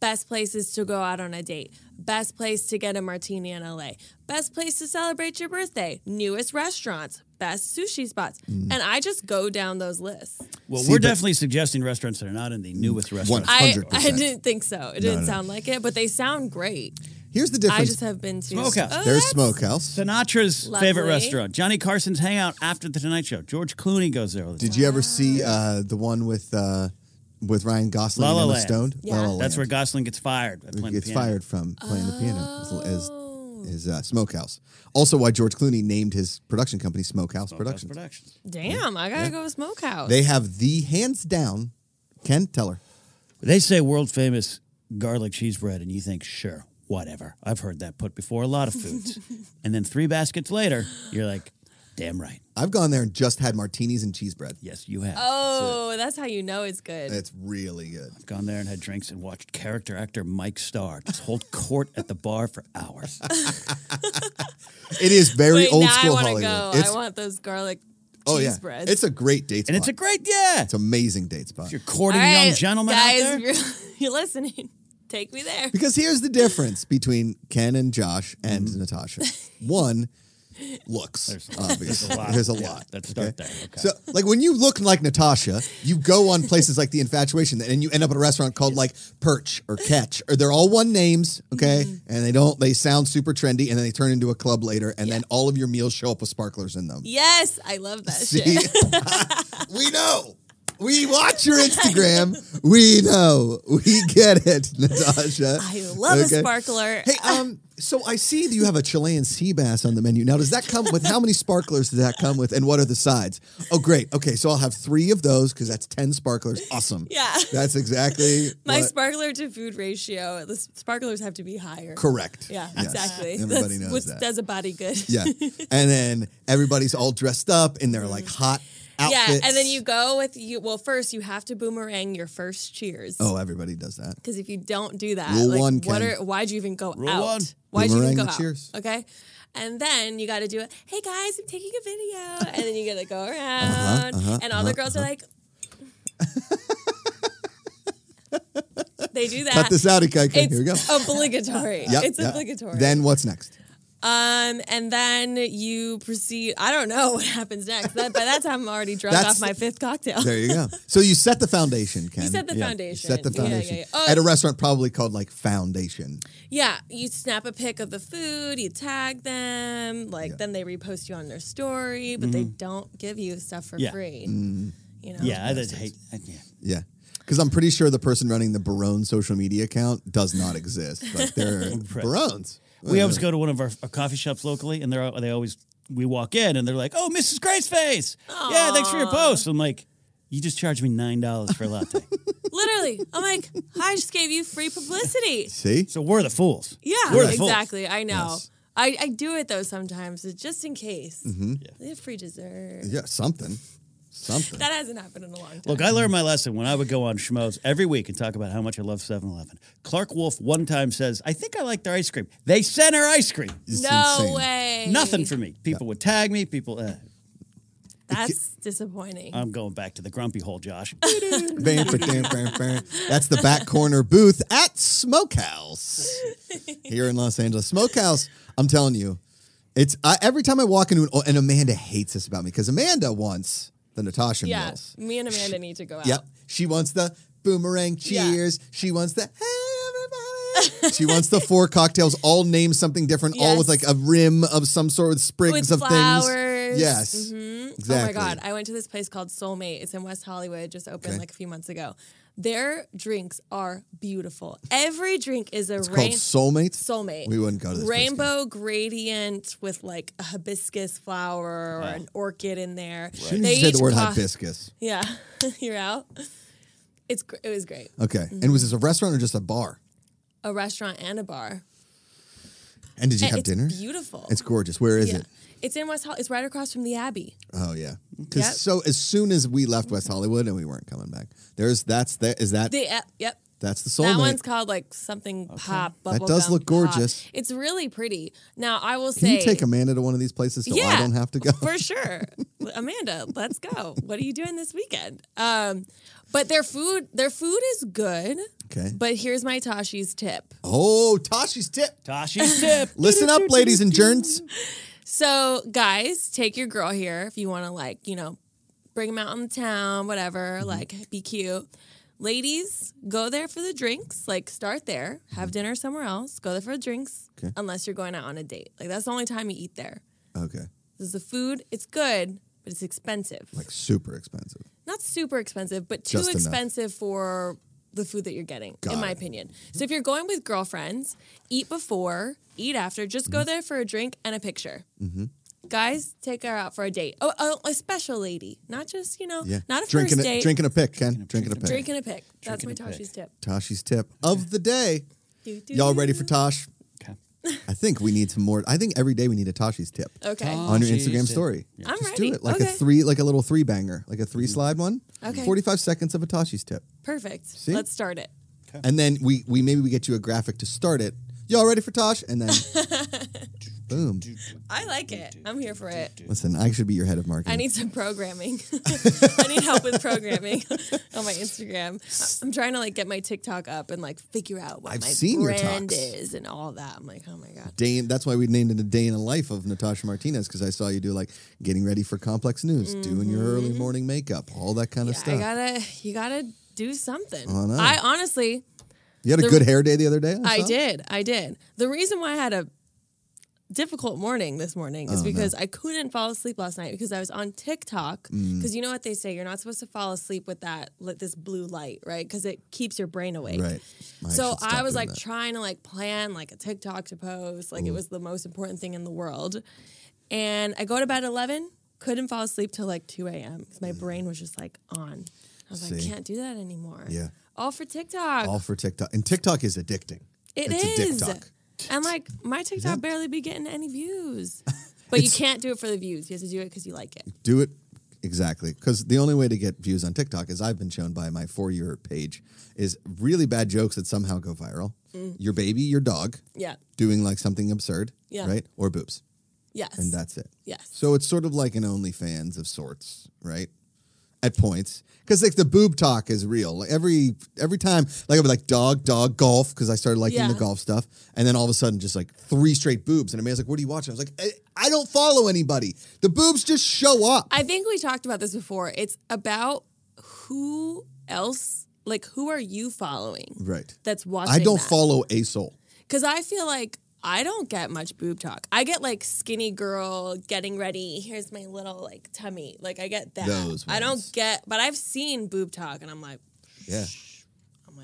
Speaker 2: best places to go out on a date, best place to get a martini in LA, best place to celebrate your birthday, newest restaurants, best sushi spots.
Speaker 1: Mm.
Speaker 2: And I just go down those lists.
Speaker 3: Well,
Speaker 1: See,
Speaker 3: we're
Speaker 1: but-
Speaker 3: definitely suggesting restaurants that are not in the newest restaurants.
Speaker 2: I,
Speaker 1: 100%.
Speaker 2: I didn't think so. It didn't sound like it, but they sound great.
Speaker 1: Here's the
Speaker 2: I
Speaker 1: difference.
Speaker 2: just have been to
Speaker 3: Smokehouse.
Speaker 2: Oh,
Speaker 1: There's
Speaker 2: that's-
Speaker 1: Smokehouse.
Speaker 3: Sinatra's favorite
Speaker 2: Lovely.
Speaker 3: restaurant. Johnny Carson's hangout after the Tonight Show. George Clooney goes there. All the time.
Speaker 1: Did you ever see uh, the one with uh, with Ryan Gosling
Speaker 3: La La
Speaker 1: and Emma
Speaker 3: Land.
Speaker 1: Stone?
Speaker 2: Yeah.
Speaker 3: That's where Gosling gets fired. By
Speaker 1: he
Speaker 3: playing
Speaker 1: gets
Speaker 3: the piano.
Speaker 1: fired from playing the piano is,
Speaker 2: Oh.
Speaker 1: is, is uh, Smokehouse. Also, why George Clooney named his production company Smokehouse,
Speaker 3: Productions.
Speaker 1: Productions.
Speaker 3: Productions.
Speaker 2: Damn, I gotta go with Smokehouse.
Speaker 1: They have the hands down Ken Teller.
Speaker 3: They say world famous garlic cheese bread, and you think, sure, whatever. I've heard that put before a lot of foods. and then three baskets later, you're like, damn right.
Speaker 1: I've gone there and just had martinis and cheese bread.
Speaker 3: Yes, you have.
Speaker 2: oh, that's how you know it's good.
Speaker 1: It's really good.
Speaker 3: Gone there and had drinks and watched character actor Mike Starr just hold court at the bar for hours.
Speaker 1: It is very
Speaker 2: Wait,
Speaker 1: old
Speaker 2: now I
Speaker 1: school
Speaker 2: wanna
Speaker 1: Hollywood.
Speaker 2: go.
Speaker 1: It's,
Speaker 2: I want those garlic
Speaker 1: oh
Speaker 2: cheese
Speaker 1: yeah,
Speaker 2: breads.
Speaker 1: it's a great date spot.
Speaker 3: And it's a great, yeah.
Speaker 1: it's amazing date spot.
Speaker 3: you're courting
Speaker 2: All
Speaker 3: young
Speaker 2: right,
Speaker 3: gentlemen
Speaker 2: guys,
Speaker 3: out there.
Speaker 2: You're, you're listening. Take me there.
Speaker 1: Because here's the difference between Ken and Josh and Natasha. One, looks. obviously.
Speaker 3: Mm-hmm. there's a
Speaker 1: There's
Speaker 3: lot.
Speaker 1: a
Speaker 3: Yeah,
Speaker 1: lot.
Speaker 3: let's start there. Okay.
Speaker 1: So, like when you look like Natasha, you go on places like the Infatuation, and you end up at a restaurant called like Perch or Catch, or they're all one names, okay?
Speaker 3: Mm-hmm.
Speaker 1: And they don't. They sound super trendy, and then they turn into a club later, and then all of your meals show up with sparklers in them.
Speaker 2: Yes, I love that
Speaker 1: See,
Speaker 2: shit.
Speaker 1: we know. We watch your Instagram. We know. We get it, Natasha.
Speaker 2: I love
Speaker 1: Okay.
Speaker 2: a sparkler.
Speaker 1: Hey, um, so I see that you have a Chilean sea bass on the menu. Now, does that come with how many sparklers does that come with, and what are the sides? Oh, great. Okay, so I'll have three of those because that's ten sparklers. Awesome.
Speaker 2: Yeah.
Speaker 1: that's exactly
Speaker 2: My
Speaker 1: what-
Speaker 2: sparkler to food ratio, the sparklers have to be higher.
Speaker 1: correct.
Speaker 2: Yeah,
Speaker 1: Yes.
Speaker 2: exactly.
Speaker 1: Everybody
Speaker 2: That's
Speaker 1: knows
Speaker 2: what
Speaker 1: that.
Speaker 2: does a body good.
Speaker 1: yeah, and then everybody's all dressed up in their like hot outfits.
Speaker 2: Mm. Yeah, and then you go with you. Well, first you have to boomerang your first cheers.
Speaker 1: Oh, everybody does that.
Speaker 2: Because if you don't do that,
Speaker 1: Rule
Speaker 2: like,
Speaker 1: one,
Speaker 2: what
Speaker 1: Ken.
Speaker 2: are why'd you even go
Speaker 3: Rule
Speaker 2: out?
Speaker 3: one.
Speaker 2: Why'd you
Speaker 1: Boomerang
Speaker 2: even go
Speaker 1: the
Speaker 2: out?
Speaker 1: cheers.
Speaker 2: Okay. And then you got to do it. Hey guys, I'm taking a video. And then you got to go around.
Speaker 1: uh-huh,
Speaker 2: and all the girls are like, they do that.
Speaker 1: Cut this out, Ikai. Here
Speaker 2: It's
Speaker 1: we go.
Speaker 2: obligatory.
Speaker 1: Yep,
Speaker 2: it's
Speaker 1: yep.
Speaker 2: obligatory.
Speaker 1: Then what's next?
Speaker 2: um, and then you proceed. I don't know what happens next. That, by that time, I'm already drunk
Speaker 1: That's-
Speaker 2: off my fifth cocktail.
Speaker 1: There you go. So you set the foundation, Ken.
Speaker 2: set the
Speaker 1: Yeah.
Speaker 2: foundation.
Speaker 1: set the
Speaker 2: Yeah, yeah,
Speaker 1: foundation.
Speaker 2: yeah. Oh.
Speaker 1: At a restaurant probably called like Foundation.
Speaker 2: Yeah, you snap a pic of the food, you tag them, like then they repost you on their story, but they don't give you stuff for
Speaker 3: Mm-hmm. Yeah. Mm-hmm.
Speaker 2: free. You know?
Speaker 3: yeah, I just hate. I, yeah.
Speaker 1: Yeah. Because I'm pretty sure the person running the Barone social media account does not exist. Like they're Barones.
Speaker 3: We
Speaker 1: Uh.
Speaker 3: always go to one of our, our coffee shops locally, and they're they always we walk in and they're like, "Oh, Mrs. Grace Face, yeah, thanks for your post." I'm like, "You just charged me nine dollars for a latte,
Speaker 2: Literally, I'm like, I just gave you free publicity.
Speaker 1: See?
Speaker 3: so we're the fools."
Speaker 2: Yeah,
Speaker 3: We're the fools.
Speaker 2: exactly. I know.
Speaker 1: Yes.
Speaker 2: I, I do it though sometimes, just in case.
Speaker 3: Mm-hmm.
Speaker 2: They have free dessert.
Speaker 1: Yeah, something. Something.
Speaker 2: That hasn't happened in a long time.
Speaker 3: Look, I learned my lesson when I would go on Schmoes every week and talk about how much I love 7 Eleven. Clark Wolf one time says, I think I like their ice cream. They sent her ice cream.
Speaker 1: It's
Speaker 2: no
Speaker 1: insane.
Speaker 2: way.
Speaker 3: Nothing for me. People would tag me. People, eh,
Speaker 2: That's disappointing.
Speaker 3: I'm going back to the grumpy hole, Josh.
Speaker 1: Bam, ba, dam, bam, bam. That's the back corner booth at Smokehouse here in Los Angeles. Smokehouse, I'm telling you, it's I, every time I walk into an, oh, and Amanda hates this about me because Amanda wants the Natasha
Speaker 2: yeah,
Speaker 1: meals.
Speaker 2: me and Amanda need to go out.
Speaker 1: Yep, she wants the boomerang
Speaker 2: Yeah.
Speaker 1: cheers. She wants the hey everybody. she wants the four cocktails, all named something different, all with
Speaker 2: Yes.
Speaker 1: like a rim of some sort with
Speaker 2: With
Speaker 1: sprigs of
Speaker 2: flowers.
Speaker 1: things. Yes, exactly.
Speaker 2: Oh my god! I went to this place called Soulmate. It's in West Hollywood. It just opened
Speaker 1: Okay.
Speaker 2: like a few months ago. Their drinks are beautiful. Every drink is a
Speaker 1: It's called
Speaker 2: rain-
Speaker 1: soulmate.
Speaker 2: soulmate.
Speaker 1: We wouldn't go to this place, Ken.
Speaker 2: rainbow gradient with like a hibiscus flower or an orchid in there.
Speaker 1: Shouldn't you say
Speaker 2: each
Speaker 1: the word
Speaker 2: cost-
Speaker 1: hibiscus?
Speaker 2: Yeah, you're out. It's gr- it was great.
Speaker 1: Okay. And was this a restaurant or just a bar?
Speaker 2: A restaurant and a bar.
Speaker 1: And did you
Speaker 2: And
Speaker 1: have
Speaker 2: it's
Speaker 1: dinner?
Speaker 2: beautiful.
Speaker 1: It's gorgeous. Where is
Speaker 2: yeah.
Speaker 1: it?
Speaker 2: It's in West Hollywood. It's right across from the Abbey.
Speaker 1: Oh yeah. Because
Speaker 2: Yep.
Speaker 1: so as soon as we left West Hollywood and we weren't coming back, there's that's that is that
Speaker 2: The, uh, yep.
Speaker 1: that's the
Speaker 2: That
Speaker 1: soulmate.
Speaker 2: one's called like something pop.
Speaker 1: That
Speaker 2: bubblegum
Speaker 1: does look
Speaker 2: pop.
Speaker 1: gorgeous.
Speaker 2: It's really pretty. Now I will
Speaker 1: Can
Speaker 2: say,
Speaker 1: you take Amanda to one of these places so I
Speaker 2: Yeah.
Speaker 1: don't have to go?
Speaker 2: for sure, Amanda. Let's go. What are you doing this weekend? Um, but their food, their food is good.
Speaker 1: Okay.
Speaker 2: But here's my Tashi's tip.
Speaker 1: oh, Tashi's tip.
Speaker 3: Toshi's tip.
Speaker 1: Listen up, ladies and gents.
Speaker 2: So guys, take your girl here if you want to, like you know, bring them out in town, whatever.
Speaker 1: Mm-hmm.
Speaker 2: Like be cute. Ladies, go there for the drinks. Like start there, have dinner somewhere else. Go there for the drinks,
Speaker 1: Okay.
Speaker 2: unless you're going out on a date. Like that's the only time you eat there.
Speaker 1: Okay.
Speaker 2: This is the food. It's good, but it's expensive.
Speaker 1: Like super expensive.
Speaker 2: Not super expensive, but too
Speaker 1: Just enough.
Speaker 2: expensive for the food that you're getting,
Speaker 1: Got
Speaker 2: in my
Speaker 1: it.
Speaker 2: opinion. So if you're going with girlfriends, eat before, eat after. Just
Speaker 1: Mm-hmm.
Speaker 2: go there for a drink and a picture. Guys, take her out for a date. Oh, oh, a special lady, not just you know,
Speaker 1: Yeah.
Speaker 2: not a
Speaker 1: drinking
Speaker 2: first
Speaker 1: a,
Speaker 2: date.
Speaker 1: Drinking a pick, Ken. Drinking a pick.
Speaker 2: Drink and a pick. That's my
Speaker 3: and a pick.
Speaker 2: Tashi's tip.
Speaker 1: Tashi's tip of the day.
Speaker 2: Do, do,
Speaker 1: Y'all
Speaker 2: do.
Speaker 1: ready for Tosh?
Speaker 3: Okay.
Speaker 1: I think we need some more. I think every day we need a Tashi's tip.
Speaker 2: Okay.
Speaker 1: on your
Speaker 3: Jeez,
Speaker 1: Instagram
Speaker 3: yeah.
Speaker 1: story.
Speaker 2: Oh, I'm
Speaker 1: Just
Speaker 2: ready.
Speaker 1: do it like
Speaker 2: Okay.
Speaker 1: a three, like a little three banger, like a three slide one.
Speaker 2: Okay.
Speaker 1: Forty-five seconds of a Tashi's tip,
Speaker 2: Perfect.
Speaker 1: See?
Speaker 2: Let's start it.
Speaker 1: and then we we maybe we get you a graphic to start it. Y'all ready for Tosh? And then, boom.
Speaker 2: I like it. I'm here for it.
Speaker 1: Listen, I should be your head of marketing.
Speaker 2: I need some programming. I need help with programming on my Instagram. I'm trying to like get my TikTok up and like figure out what
Speaker 1: I've
Speaker 2: my
Speaker 1: seen your
Speaker 2: brand
Speaker 1: talks.
Speaker 2: is and all that. I'm like, oh my god.
Speaker 1: Day in, that's why we named it a day in the life of Natasha Martinez because I saw you do like getting ready for complex news, doing your early morning makeup, all that kind of
Speaker 2: Mm-hmm. Yeah,
Speaker 1: stuff.
Speaker 2: I gotta, you gotta do something.
Speaker 1: I know.
Speaker 2: I honestly,
Speaker 1: you had a
Speaker 2: the-
Speaker 1: good hair day the other day.
Speaker 2: I
Speaker 1: saw?
Speaker 2: did, I did. The reason why I had a difficult morning this morning
Speaker 1: Oh,
Speaker 2: is because I couldn't fall asleep last night because I was on TikTok.
Speaker 1: Mm.
Speaker 2: Because you know what they say, you're not supposed to fall asleep with that, with this blue light, right? Because it keeps your brain awake.
Speaker 1: Right.
Speaker 2: so
Speaker 1: should stop
Speaker 2: I was
Speaker 1: doing
Speaker 2: like
Speaker 1: that.
Speaker 2: trying to like plan like a TikTok to post. Like it was the most important thing in the world. And I go to bed at 11, couldn't fall asleep till like 2 a.m. because my brain was just like on. I was like,
Speaker 1: Mm. See?
Speaker 2: can't do that anymore.
Speaker 1: Yeah.
Speaker 2: All for TikTok.
Speaker 1: all for TikTok, and TikTok is addicting.
Speaker 2: It
Speaker 1: it's
Speaker 2: is.
Speaker 1: a TikTok.
Speaker 2: And like my TikTok barely be getting any views. But you can't do it for the views. You have to do it because you like it.
Speaker 1: Do it exactly because the only way to get views on TikTok, as I've been shown by my four-year page, is really bad jokes that somehow
Speaker 2: Mm.
Speaker 1: go viral. Your baby, your dog,
Speaker 2: Yeah.
Speaker 1: doing like something absurd,
Speaker 2: Yeah.
Speaker 1: right, or boobs.
Speaker 2: Yes.
Speaker 1: and that's it.
Speaker 2: Yes.
Speaker 1: So it's sort of like an OnlyFans of sorts, right? At points, because like the boob talk is real. Like every every time, like I'd be like dog, dog, golf, because I started liking the
Speaker 2: Yeah.
Speaker 1: golf stuff, and then all of a sudden, just like three straight boobs, and Amanda's like, "What are you watching?" I was like, I, "I don't follow anybody. The boobs just show up."
Speaker 2: I think we talked about this before. It's about who else, like, who are you following?
Speaker 1: right.
Speaker 2: That's watching.
Speaker 1: I don't
Speaker 2: that?
Speaker 1: follow a soul.
Speaker 2: Because I feel like I don't get much boob talk. I get like skinny girl getting ready. Here's my little like tummy. Like I get that.
Speaker 1: Those
Speaker 2: I don't
Speaker 1: ones.
Speaker 2: get, but I've seen boob talk, and I'm like,
Speaker 1: Yeah,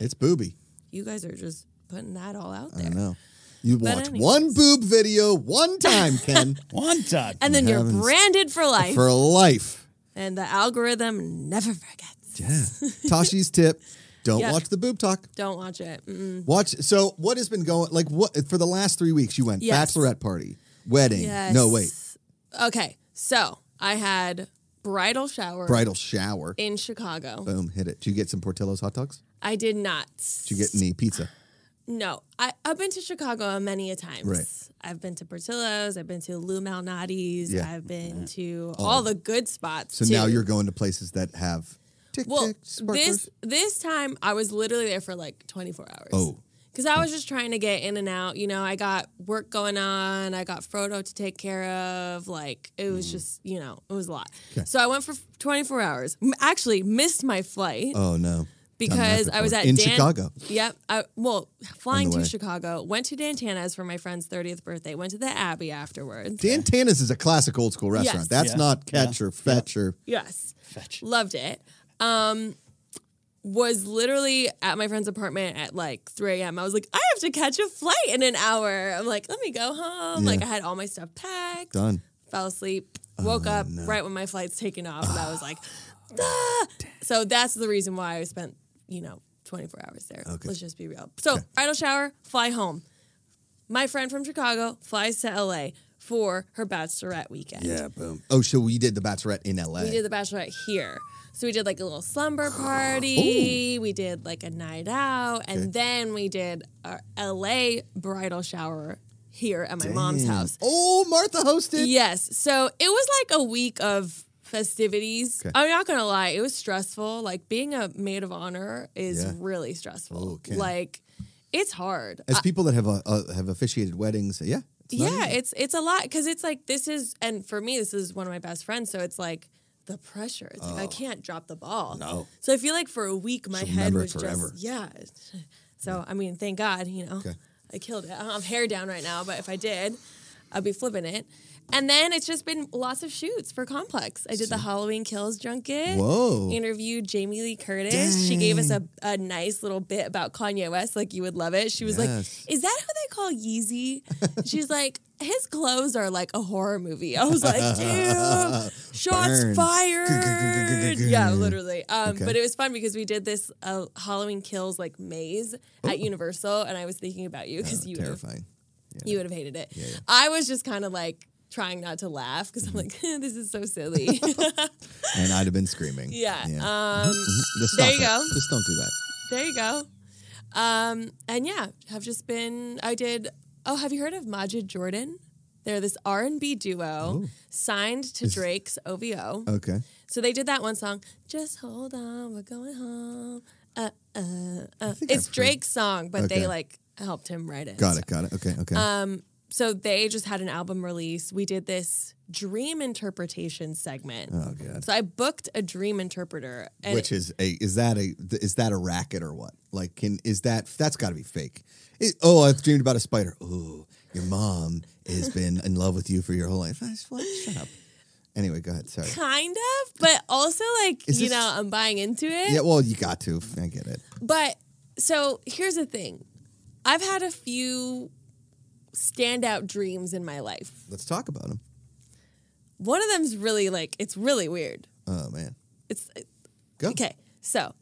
Speaker 1: it's booby.
Speaker 2: you guys are just putting that all out
Speaker 1: I
Speaker 2: there.
Speaker 1: know. You
Speaker 2: But
Speaker 1: watch
Speaker 2: anyways.
Speaker 1: one boob video one time, Ken,
Speaker 3: One time.
Speaker 2: And then you're
Speaker 1: Heavens.
Speaker 2: branded for life,
Speaker 1: for life.
Speaker 2: and the algorithm never forgets.
Speaker 1: Yeah. Tashi's tip: don't
Speaker 2: Yeah.
Speaker 1: watch the boob talk.
Speaker 2: Don't watch it. Mm-mm.
Speaker 1: Watch. So what has been going? Like what for the last three weeks? You went
Speaker 2: Yes.
Speaker 1: bachelorette party, wedding. No wait,
Speaker 2: Yes. Okay, so I had bridal shower
Speaker 1: bridal shower.
Speaker 2: in Chicago.
Speaker 1: Boom, hit it. Did you get some Portillo's hot dogs?
Speaker 2: I did not.
Speaker 1: Did you get any pizza?
Speaker 2: No, I, I've been to Chicago many a times.
Speaker 1: Right.
Speaker 2: I've been to Portillo's. I've been to Lou Malnati's.
Speaker 1: Yeah. Mm-hmm.
Speaker 2: I've been to all the good spots.
Speaker 1: So
Speaker 2: too.
Speaker 1: now you're going to places that have tick
Speaker 2: well.
Speaker 1: tick sparklers.
Speaker 2: This this time I was literally there for like 24 hours.
Speaker 1: Oh.
Speaker 2: Because I was just trying to get in and out. You know, I got work going on. I got Frodo to take care of. Like, it
Speaker 1: Mm.
Speaker 2: was just, you know, it was a lot. So I went for 24 hours. M- Actually, missed my flight
Speaker 1: oh no.
Speaker 2: because
Speaker 1: Done that
Speaker 2: I was
Speaker 1: before.
Speaker 2: at
Speaker 1: in
Speaker 2: Dan-
Speaker 1: Chicago.
Speaker 2: Yep. I, well, flying
Speaker 1: On the
Speaker 2: to
Speaker 1: way.
Speaker 2: Chicago, went to Dantana's for my friend's thirtieth birthday. Went to the Abbey afterwards.
Speaker 1: Dan Tanis is a classic old school restaurant.
Speaker 2: Yes.
Speaker 1: That's
Speaker 3: Yeah.
Speaker 1: not catch or fetch or
Speaker 2: yes,
Speaker 3: Fetch.
Speaker 2: loved it. Um, was literally at my friend's apartment at like three a.m. I was like, I have to catch a flight in an hour. I'm like, let me go home. Like I had all my stuff packed.
Speaker 1: done.
Speaker 2: Fell asleep. Woke up right when my flight's taking off, and I was like, ah! so that's the reason why I spent you know 24 hours there. Let's just be real. So bridal shower, fly home. my friend from Chicago flies to LA for her bachelorette weekend.
Speaker 3: boom.
Speaker 1: Oh, so we did the bachelorette in L.A.
Speaker 2: We did the bachelorette here. So we did like a little slumber party. We did like a night out. And then we did our LA bridal shower here at my mom's house.
Speaker 1: Oh, Martha hosted.
Speaker 2: Yes. So it was like a week of festivities.
Speaker 1: Okay.
Speaker 2: I'm not gonna lie, it was stressful. Like being a maid of honor is
Speaker 1: Yeah.
Speaker 2: really stressful.
Speaker 1: Okay.
Speaker 2: Like it's hard.
Speaker 1: As people that have uh, uh, have officiated weddings, yeah. it's not
Speaker 2: yeah
Speaker 1: easy.
Speaker 2: it's it's a lot because it's like this is and for me this is one of my best friends so it's like the pressure it's like i can't drop the ball
Speaker 1: Oh. No.
Speaker 2: so i feel like for a week my
Speaker 1: She'll
Speaker 2: head
Speaker 1: remember it
Speaker 2: was
Speaker 1: forever.
Speaker 2: just yeah so i mean thank god you know
Speaker 1: Okay.
Speaker 2: i killed it i don't have hair down right now but if i did i'd be flipping it and then it's just been lots of shoots for Complex. I did the Halloween Kills junket.
Speaker 1: Whoa.
Speaker 2: Interviewed Jamie Lee Curtis. She gave us a, a nice little bit about Kanye West, like you would love it. She was
Speaker 1: Yes.
Speaker 2: like, is that who they call Yeezy? She's like, his clothes are like a horror movie. I was like, damn, shots
Speaker 1: Burn.
Speaker 2: fired. yeah, literally. Um,
Speaker 1: Okay.
Speaker 2: But it was fun because we did this uh, Halloween Kills like maze at Universal, and I was thinking about you because you would've-
Speaker 1: Oh, Uh, terrifying.
Speaker 2: you would have hated it. I was just kind of like trying not to laugh because I'm like,
Speaker 1: Mm-hmm.
Speaker 2: this is so silly.
Speaker 1: and I'd have been screaming.
Speaker 2: Yeah,
Speaker 1: Um, Just stop
Speaker 2: there you
Speaker 1: it.
Speaker 2: go.
Speaker 1: Just don't do that.
Speaker 2: there you go. Um, and yeah, have just been. I did. Oh, have you heard of Majid Jordan? They're this R and B duo signed to Drake's OVO.
Speaker 1: Okay.
Speaker 2: So they did that one song. Just hold on, we're going home. Uh, uh, uh.
Speaker 1: think I've
Speaker 2: It's
Speaker 1: heard-
Speaker 2: Drake's song, but
Speaker 1: Okay.
Speaker 2: they like helped him write it.
Speaker 1: Got it. Got it. Okay. Okay.
Speaker 2: Um, so they just had an album release. We did this dream interpretation segment. Oh
Speaker 1: God.
Speaker 2: So I booked a dream interpreter. And
Speaker 1: Which is a is that a is that a racket or what? Like, can is that that's got to be fake? It, oh, I've dreamed about a spider. Ooh, your mom has been in love with you for your whole life. That's- what? Shut up. Anyway, go ahead. Sorry.
Speaker 2: kind of, but also like
Speaker 1: Is
Speaker 2: you
Speaker 1: this-
Speaker 2: know, I'm buying into it.
Speaker 1: Yeah. Well, you got to. I get it.
Speaker 2: But so here's the thing. I've had a few standout dreams in my life.
Speaker 1: Let's talk about him.
Speaker 2: One of them's really like it's really weird.
Speaker 1: Oh man.
Speaker 2: It's
Speaker 1: Go.
Speaker 2: okay. So,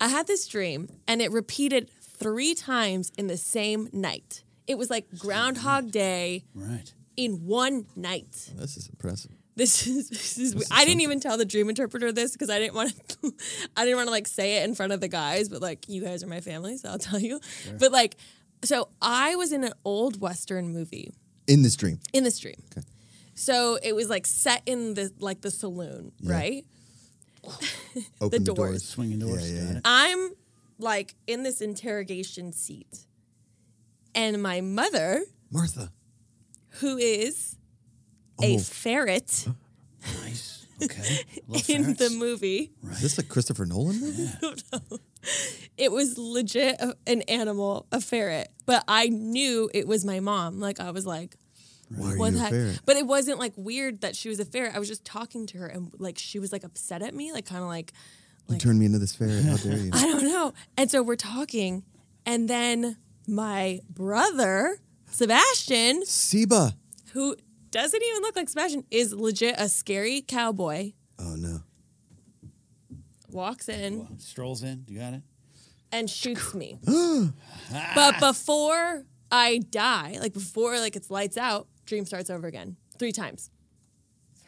Speaker 2: I had this dream and it repeated 3 times in the same night. It was like groundhog day.
Speaker 3: Right.
Speaker 2: in one night.
Speaker 1: This is impressive.
Speaker 2: This is this is. I didn't even tell the dream interpreter this because I didn't want to. I didn't want to like say it in front of the guys, but like you guys are my family, so I'll tell you. But like, so I was in an old western movie
Speaker 1: In this dream.
Speaker 2: in this dream. So it was like set in the like the saloon, right?
Speaker 1: Open
Speaker 2: doors.
Speaker 3: Swinging doors.
Speaker 1: Yeah, yeah,
Speaker 3: got
Speaker 1: yeah.
Speaker 3: it.
Speaker 2: I'm like in this interrogation seat. And my mother,
Speaker 1: Martha.
Speaker 2: who is a
Speaker 1: Oh.
Speaker 2: ferret
Speaker 3: Nice. Okay. Love
Speaker 2: in the
Speaker 3: ferrets.
Speaker 2: movie,
Speaker 1: Is this a Christopher Nolan movie?
Speaker 2: it was legit a- an animal, a ferret. But I knew it was my mom. Like I was like,
Speaker 1: Why are you
Speaker 2: what the
Speaker 1: a
Speaker 2: heck?
Speaker 1: ferret?
Speaker 2: But it wasn't like weird that she was a ferret. I was just talking to her and like she was like upset at me, like kind of like
Speaker 1: You turned me into this ferret. How dare you?
Speaker 2: I don't know. And so we're talking, and then my brother Sebastian,
Speaker 1: Seba.
Speaker 2: who doesn't even look like Sebastian, is legit a scary cowboy.
Speaker 1: Oh no.
Speaker 2: Walks in
Speaker 3: Well, strolls in. You got it.
Speaker 2: and shoots me. but before I die, like before like it's lights out, dream starts over again. Three times.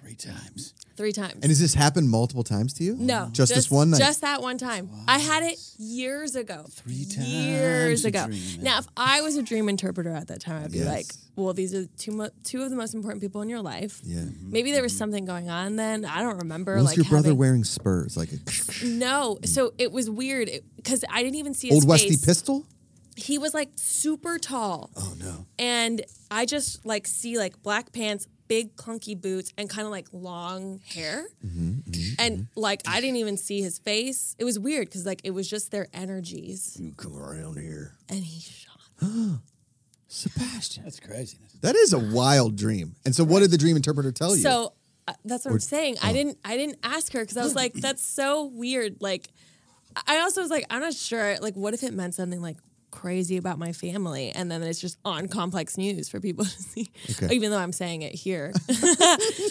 Speaker 3: Three times.
Speaker 2: Three times.
Speaker 1: And has this happened multiple times to you?
Speaker 2: no.
Speaker 1: Just, this one night.
Speaker 2: Just that one time. I had it years ago.
Speaker 3: Three times
Speaker 2: Years
Speaker 3: a
Speaker 2: ago.
Speaker 3: dream,
Speaker 2: Now, if I was a dream interpreter at that time, I'd be
Speaker 1: Yes.
Speaker 2: like, well, these are two, mo- two of the most important people in your life.
Speaker 1: yeah.
Speaker 2: Maybe there was something going on then. I don't remember.
Speaker 1: Was
Speaker 2: like
Speaker 1: your brother
Speaker 2: having-
Speaker 1: wearing spurs? Like a
Speaker 2: No. So it was weird because I didn't even see his
Speaker 1: old Westy
Speaker 2: face.
Speaker 1: pistol?
Speaker 2: He was like super tall.
Speaker 1: Oh no.
Speaker 2: and I just like see like black pants, big clunky boots, and kind of like long hair.
Speaker 1: Mm-hmm,
Speaker 2: And like I didn't even see his face. It was weird because like it was just their energies.
Speaker 1: You come around here.
Speaker 2: And he shot.
Speaker 1: Sebastian.
Speaker 3: That's craziness.
Speaker 1: That is a wild dream. And so what did the dream interpreter tell you?
Speaker 2: So uh, that's what I'm saying. I didn't I didn't ask her because I was like, that's so weird. Like I also was like, I'm not sure. Like, what if it meant something like crazy about my family and then it's just on complex news for people to see
Speaker 1: Okay.
Speaker 2: even though i'm saying it here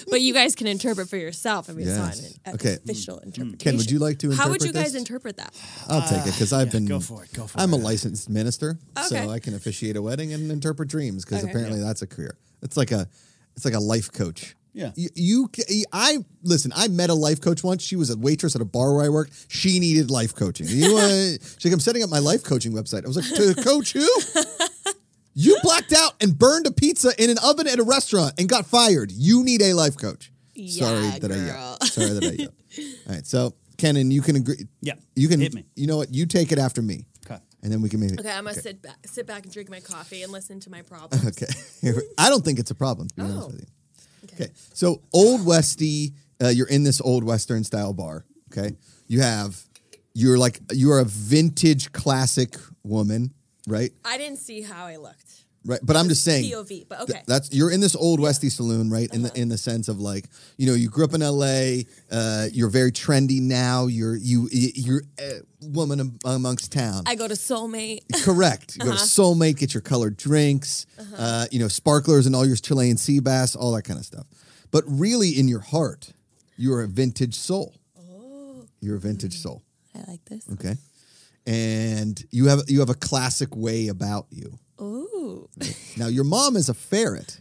Speaker 2: but you guys can interpret for yourself i mean it's
Speaker 1: Yes.
Speaker 2: not an uh,
Speaker 1: Okay. Mm.
Speaker 2: official interpretation
Speaker 1: Ken, would you like to
Speaker 2: how would you
Speaker 1: interpret
Speaker 2: guys
Speaker 1: this?
Speaker 2: interpret that
Speaker 1: I'll take it because I've been
Speaker 3: Uh, go for it, go for
Speaker 1: I'm a
Speaker 3: it.
Speaker 1: licensed minister,
Speaker 2: Okay.
Speaker 1: so I can officiate a wedding and interpret dreams because
Speaker 2: Okay.
Speaker 1: apparently that's a career. It's like a it's like a life coach.
Speaker 3: Yeah.
Speaker 1: You, you ca- I listen, I met a life coach once. She was a waitress at a bar where I worked. She needed life coaching. You uh, she's like, I'm setting up my life coaching website. I was like, to coach who? You blacked out and burned a pizza in an oven at a restaurant and got fired. You need a life coach.
Speaker 2: Yeah,
Speaker 1: Sorry that I
Speaker 2: girl.
Speaker 1: yelled. Sorry that I yelled. All right, so Kenan, you can agree.
Speaker 3: Yeah,
Speaker 1: you can.
Speaker 3: hit me.
Speaker 1: You know what? You take it after me,
Speaker 3: Okay.
Speaker 1: and then we can maybe.
Speaker 2: okay i'm gonna sit back sit back and drink my coffee and listen to my problems
Speaker 1: Okay. I don't think it's a problem. To be honest
Speaker 2: Oh.
Speaker 1: with you. Okay. So old westy, uh, you're in this old western style bar. Okay. You have, you're like you are a vintage classic woman, right?
Speaker 2: i didn't see how i looked
Speaker 1: Right. But I'm just saying.
Speaker 2: pov but okay Uh-huh.
Speaker 1: That's you're in this old Westy saloon, right? In the in the sense of like, you know, you grew up in L.A. Uh, you're very trendy now. You're you you're a woman am- amongst town.
Speaker 2: i go to soulmate
Speaker 1: Correct. You go to Soulmate, get your colored drinks, uh you know, sparklers and all your Chilean sea bass, all that kind of stuff. But really, in your heart, you're a vintage soul. You're a vintage soul.
Speaker 2: i like this
Speaker 1: Okay, and you have you have a classic way about you.
Speaker 2: ooh
Speaker 1: Now, your mom is a ferret,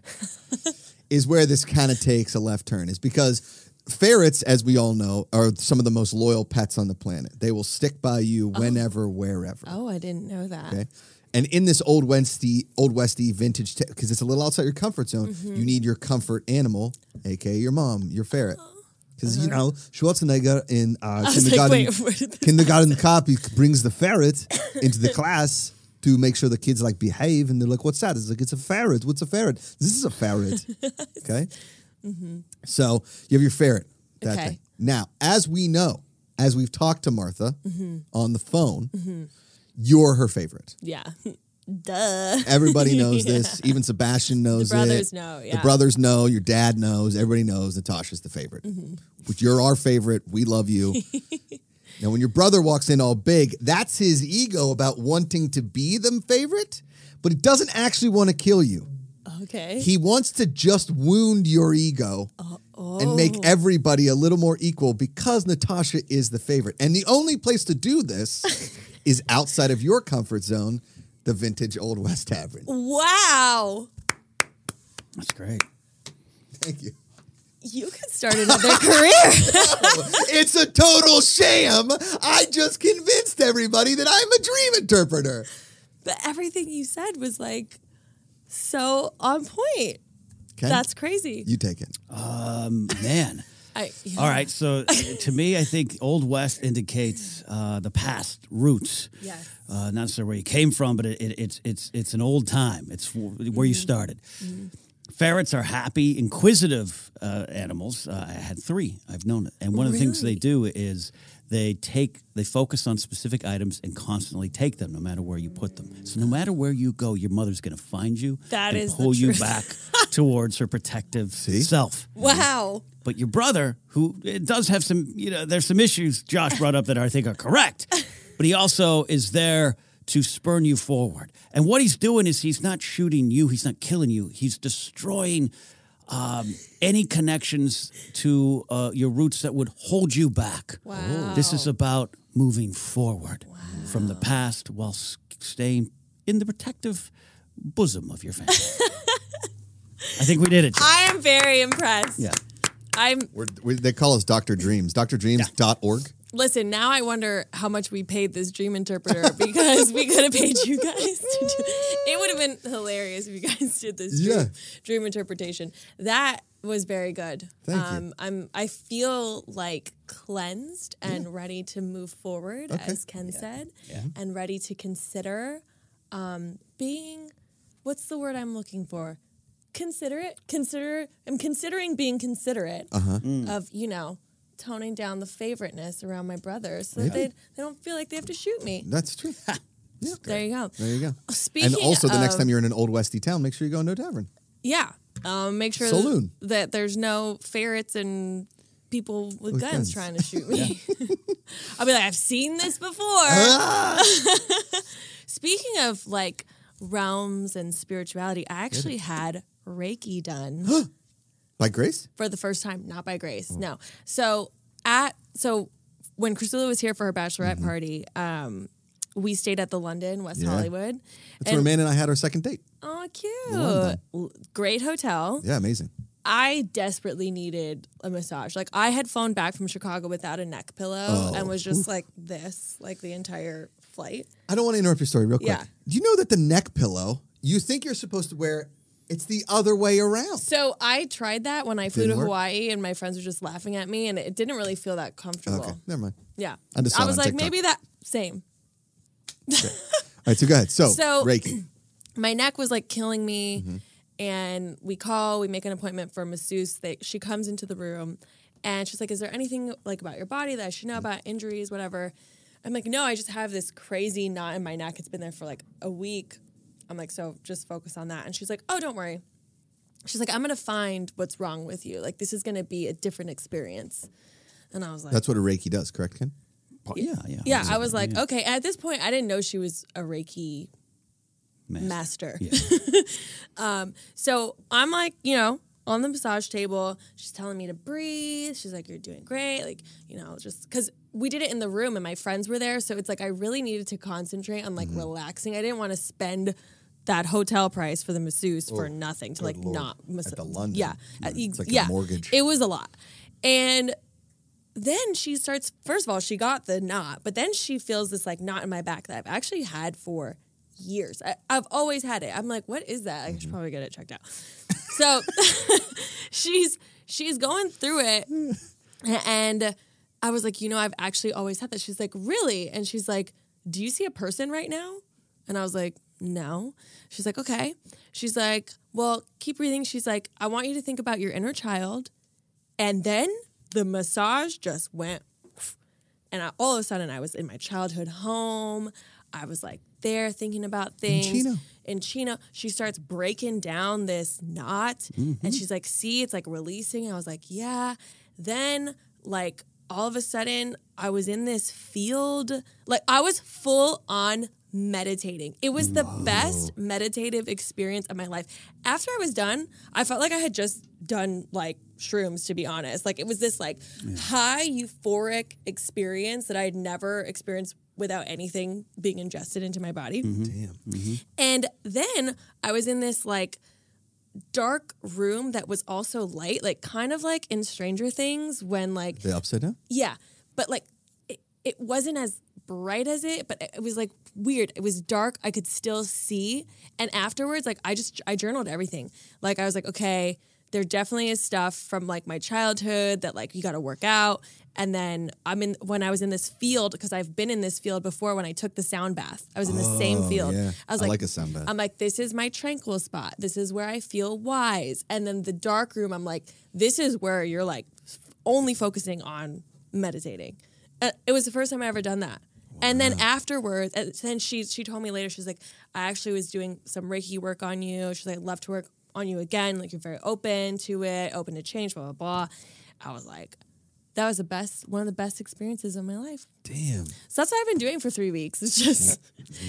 Speaker 1: is where this kind of takes a left turn, is because ferrets, as we all know, are some of the most loyal pets on the planet. They will stick by you whenever, wherever.
Speaker 2: oh i didn't know that
Speaker 1: Okay. And in this old Westy, old Westy vintage, because it's a little outside your comfort zone,
Speaker 2: Mm-hmm.
Speaker 1: you need your comfort animal, aka your mom, your ferret. Because, you know, Schwarzenegger in uh,
Speaker 2: Uh-huh. was like,
Speaker 1: kindergarten,
Speaker 2: wait, where did this-
Speaker 1: kindergarten cop, he brings the ferret into the class to make sure the kids like behave. And they're like, what's that? It's like, it's a ferret. What's a ferret? This is a ferret. okay. So you have your ferret. That
Speaker 2: Okay.
Speaker 1: thing. Now, as we know, as we've talked to Martha
Speaker 2: Mm-hmm.
Speaker 1: on the phone, you're her favorite.
Speaker 2: yeah duh
Speaker 1: Everybody knows this. Even Sebastian knows
Speaker 2: The brothers
Speaker 1: it.
Speaker 2: know,
Speaker 1: The
Speaker 2: yeah.
Speaker 1: brothers know. Your dad knows. Everybody knows Natasha's the favorite.
Speaker 2: Mm-hmm.
Speaker 1: But You're our favorite. We love you. now, when your brother walks in all big, that's his ego about wanting to be the favorite, but he doesn't actually want to kill you.
Speaker 2: okay
Speaker 1: He wants to just wound your ego and
Speaker 2: Oh.
Speaker 1: make everybody a little more equal because Natasha is the favorite. And the only place to do this is outside of your comfort zone, the vintage Old West Tavern.
Speaker 2: Wow.
Speaker 3: That's great.
Speaker 1: Thank you.
Speaker 2: You could start another career.
Speaker 1: It's a total sham. I just convinced everybody that I'm a dream interpreter.
Speaker 2: But everything you said was like so on point.
Speaker 1: Okay.
Speaker 2: That's crazy.
Speaker 1: you take it.
Speaker 3: Um, Man.
Speaker 2: I, yeah.
Speaker 3: All right. So uh, to me, I think Old West indicates uh, the past roots.
Speaker 2: Yes.
Speaker 3: Uh, not necessarily where you came from, but it, it, it's it's it's an old time. It's w-
Speaker 2: Mm-hmm.
Speaker 3: where you started. Ferrets are happy, inquisitive uh, animals. Uh, I had three. I've known it, and one of the things they do is they take they focus on specific items and constantly take them, no matter where you put them. So no matter where you go, your mother's going to find you
Speaker 2: That
Speaker 3: and
Speaker 2: is the
Speaker 3: pull you
Speaker 2: truth.
Speaker 3: back towards her protective self.
Speaker 2: Wow.
Speaker 3: But your brother, who it does have some, you know, there's some issues Josh brought up that I think are correct, but he also is there to spurn you forward. And what he's doing is he's not shooting you, he's not killing you, he's destroying um, any connections to uh, your roots that would hold you back.
Speaker 2: Wow.
Speaker 3: This is about moving forward from the past while s- staying in the protective bosom of your family. I think we did it. Josh.
Speaker 2: I am very impressed.
Speaker 3: yeah.
Speaker 2: I'm
Speaker 1: We're, we, they call us Doctor Dreams. DrDreams.org.
Speaker 2: listen, now I wonder how much we paid this dream interpreter because we could have paid you guys to do it would have been hilarious if you guys did this dream,
Speaker 1: Yeah.
Speaker 2: dream interpretation. That was very good.
Speaker 1: Thank you.
Speaker 2: um I'm I feel like cleansed and ready to move forward, as Ken said, and ready to consider um being what's the word I'm looking for? Considerate. Consider. I'm considering being considerate
Speaker 1: Uh-huh.
Speaker 2: of you know toning down the favoriteness around my brothers so that they they don't feel like they have to shoot me.
Speaker 1: That's true.
Speaker 2: There you go.
Speaker 1: There you go.
Speaker 2: Speaking
Speaker 1: and also, the next
Speaker 2: of-
Speaker 1: time you're in an old Westy town, make sure you go into a tavern.
Speaker 2: Yeah. Um, make sure
Speaker 1: Saloon.
Speaker 2: that there's no ferrets and people with,
Speaker 1: guns.
Speaker 2: guns, trying to shoot me. I'll be like, I've seen this before.
Speaker 1: Ah.
Speaker 2: Speaking of like realms and spirituality, I actually had Reiki done.
Speaker 1: By grace?
Speaker 2: for the first time, not by grace. No. So at so when Priscilla was here for her bachelorette party, um, we stayed at the London West
Speaker 1: Mm-hmm. Yeah.
Speaker 2: Hollywood.
Speaker 1: That's where man and I had our second date.
Speaker 2: oh,
Speaker 1: London.
Speaker 2: cute! L- Great hotel.
Speaker 1: Yeah, amazing.
Speaker 2: I desperately needed a massage. Like I had flown back from Chicago without a neck pillow and was
Speaker 1: Oh.
Speaker 2: just like this, like the entire flight.
Speaker 1: I don't want to interrupt your story real quick.
Speaker 2: Yeah.
Speaker 1: Do you know that the neck pillow you think you're supposed to wear, it's the other way around?
Speaker 2: So I tried that when I flew
Speaker 1: Didn't
Speaker 2: to
Speaker 1: work?
Speaker 2: Hawaii, and my friends were just laughing at me, and it didn't really feel that comfortable.
Speaker 1: Okay, never mind.
Speaker 2: Yeah,
Speaker 1: I just saw it
Speaker 2: was
Speaker 1: on
Speaker 2: like,
Speaker 1: TikTok.
Speaker 2: maybe that same.
Speaker 1: All right, so go ahead. So,
Speaker 2: So-
Speaker 1: Reiki.
Speaker 2: my neck was like killing me and we call we make an appointment for a masseuse they, she comes into the room and she's like is there anything like about your body that i should know about injuries whatever i'm like no i just have this crazy knot in my neck it's been there for like a week i'm like so just focus on that and she's like oh don't worry she's like i'm gonna find what's wrong with you like this is gonna be a different experience and i was like
Speaker 1: That's what a Reiki does, correct, Ken?
Speaker 3: Yeah, yeah.
Speaker 2: yeah i was like okay at this point i didn't know she was a reiki master. um, so I'm like, you know, on the massage table, she's telling me to breathe. She's like, "You're doing great." Like, you know, just because we did it in the room and my friends were there, so it's like I really needed to concentrate on like
Speaker 1: Mm-hmm.
Speaker 2: relaxing. I didn't want to spend that hotel price for the masseuse for nothing to like
Speaker 1: Oh, lord.
Speaker 2: not mas-
Speaker 1: At the London,
Speaker 2: Yeah,
Speaker 1: yeah,
Speaker 2: Uh, e-
Speaker 1: it's like a mortgage.
Speaker 2: It was a lot, and then she starts first of all she got the knot but then she feels this like knot in my back that i've actually had for years I, i've always had it i'm like what is that
Speaker 1: Mm-hmm.
Speaker 2: i should probably get it checked out so she's she's going through it and i was like you know i've actually always had that she's like really and she's like do you see a person right now and i was like no she's like okay she's like well keep breathing she's like i want you to think about your inner child and then the massage just went. And I, all of a sudden, I was in my childhood home. I was like there thinking about things.
Speaker 1: Chino.
Speaker 2: In Chino, she starts breaking down this knot and she's like, see, it's like releasing. I was like, yeah. Then, like, all of a sudden, I was in this field. Like, I was full on meditating. It was the best meditative experience of my life. After I was done, I felt like I had just done like shrooms to be honest. Like it was this like high euphoric experience that I had never experienced without anything being ingested into my body.
Speaker 1: Damn.
Speaker 2: And then I was in this like dark room that was also light, like kind of like in Stranger Things when like
Speaker 1: The upside down?
Speaker 2: yeah, but like it, it wasn't as bright as it, but it was like weird. It was dark. I could still see. And afterwards, like I just I journaled everything. Like I was like, okay, there definitely is stuff from like my childhood that like you got to work out. And then I'm in when I was in this field because I've been in this field before. When I took the sound bath, I was in the same field.
Speaker 1: Oh, yeah.
Speaker 2: I was
Speaker 1: I
Speaker 2: like,
Speaker 1: like a sound bath.
Speaker 2: I'm like, this is my tranquil spot. This is where I feel wise. And then the dark room, I'm like, this is where you're like only focusing on meditating. Uh, it was the first time I ever done that. And then afterwards, and then she she told me later, she was like, I actually was doing some Reiki work on you. She's like, I'd love to work on you again. Like you're very open to it, open to change, blah blah blah. I was like, that was the best, one of the best experiences of my life.
Speaker 1: Damn.
Speaker 2: So that's what I've been doing for three weeks. It's just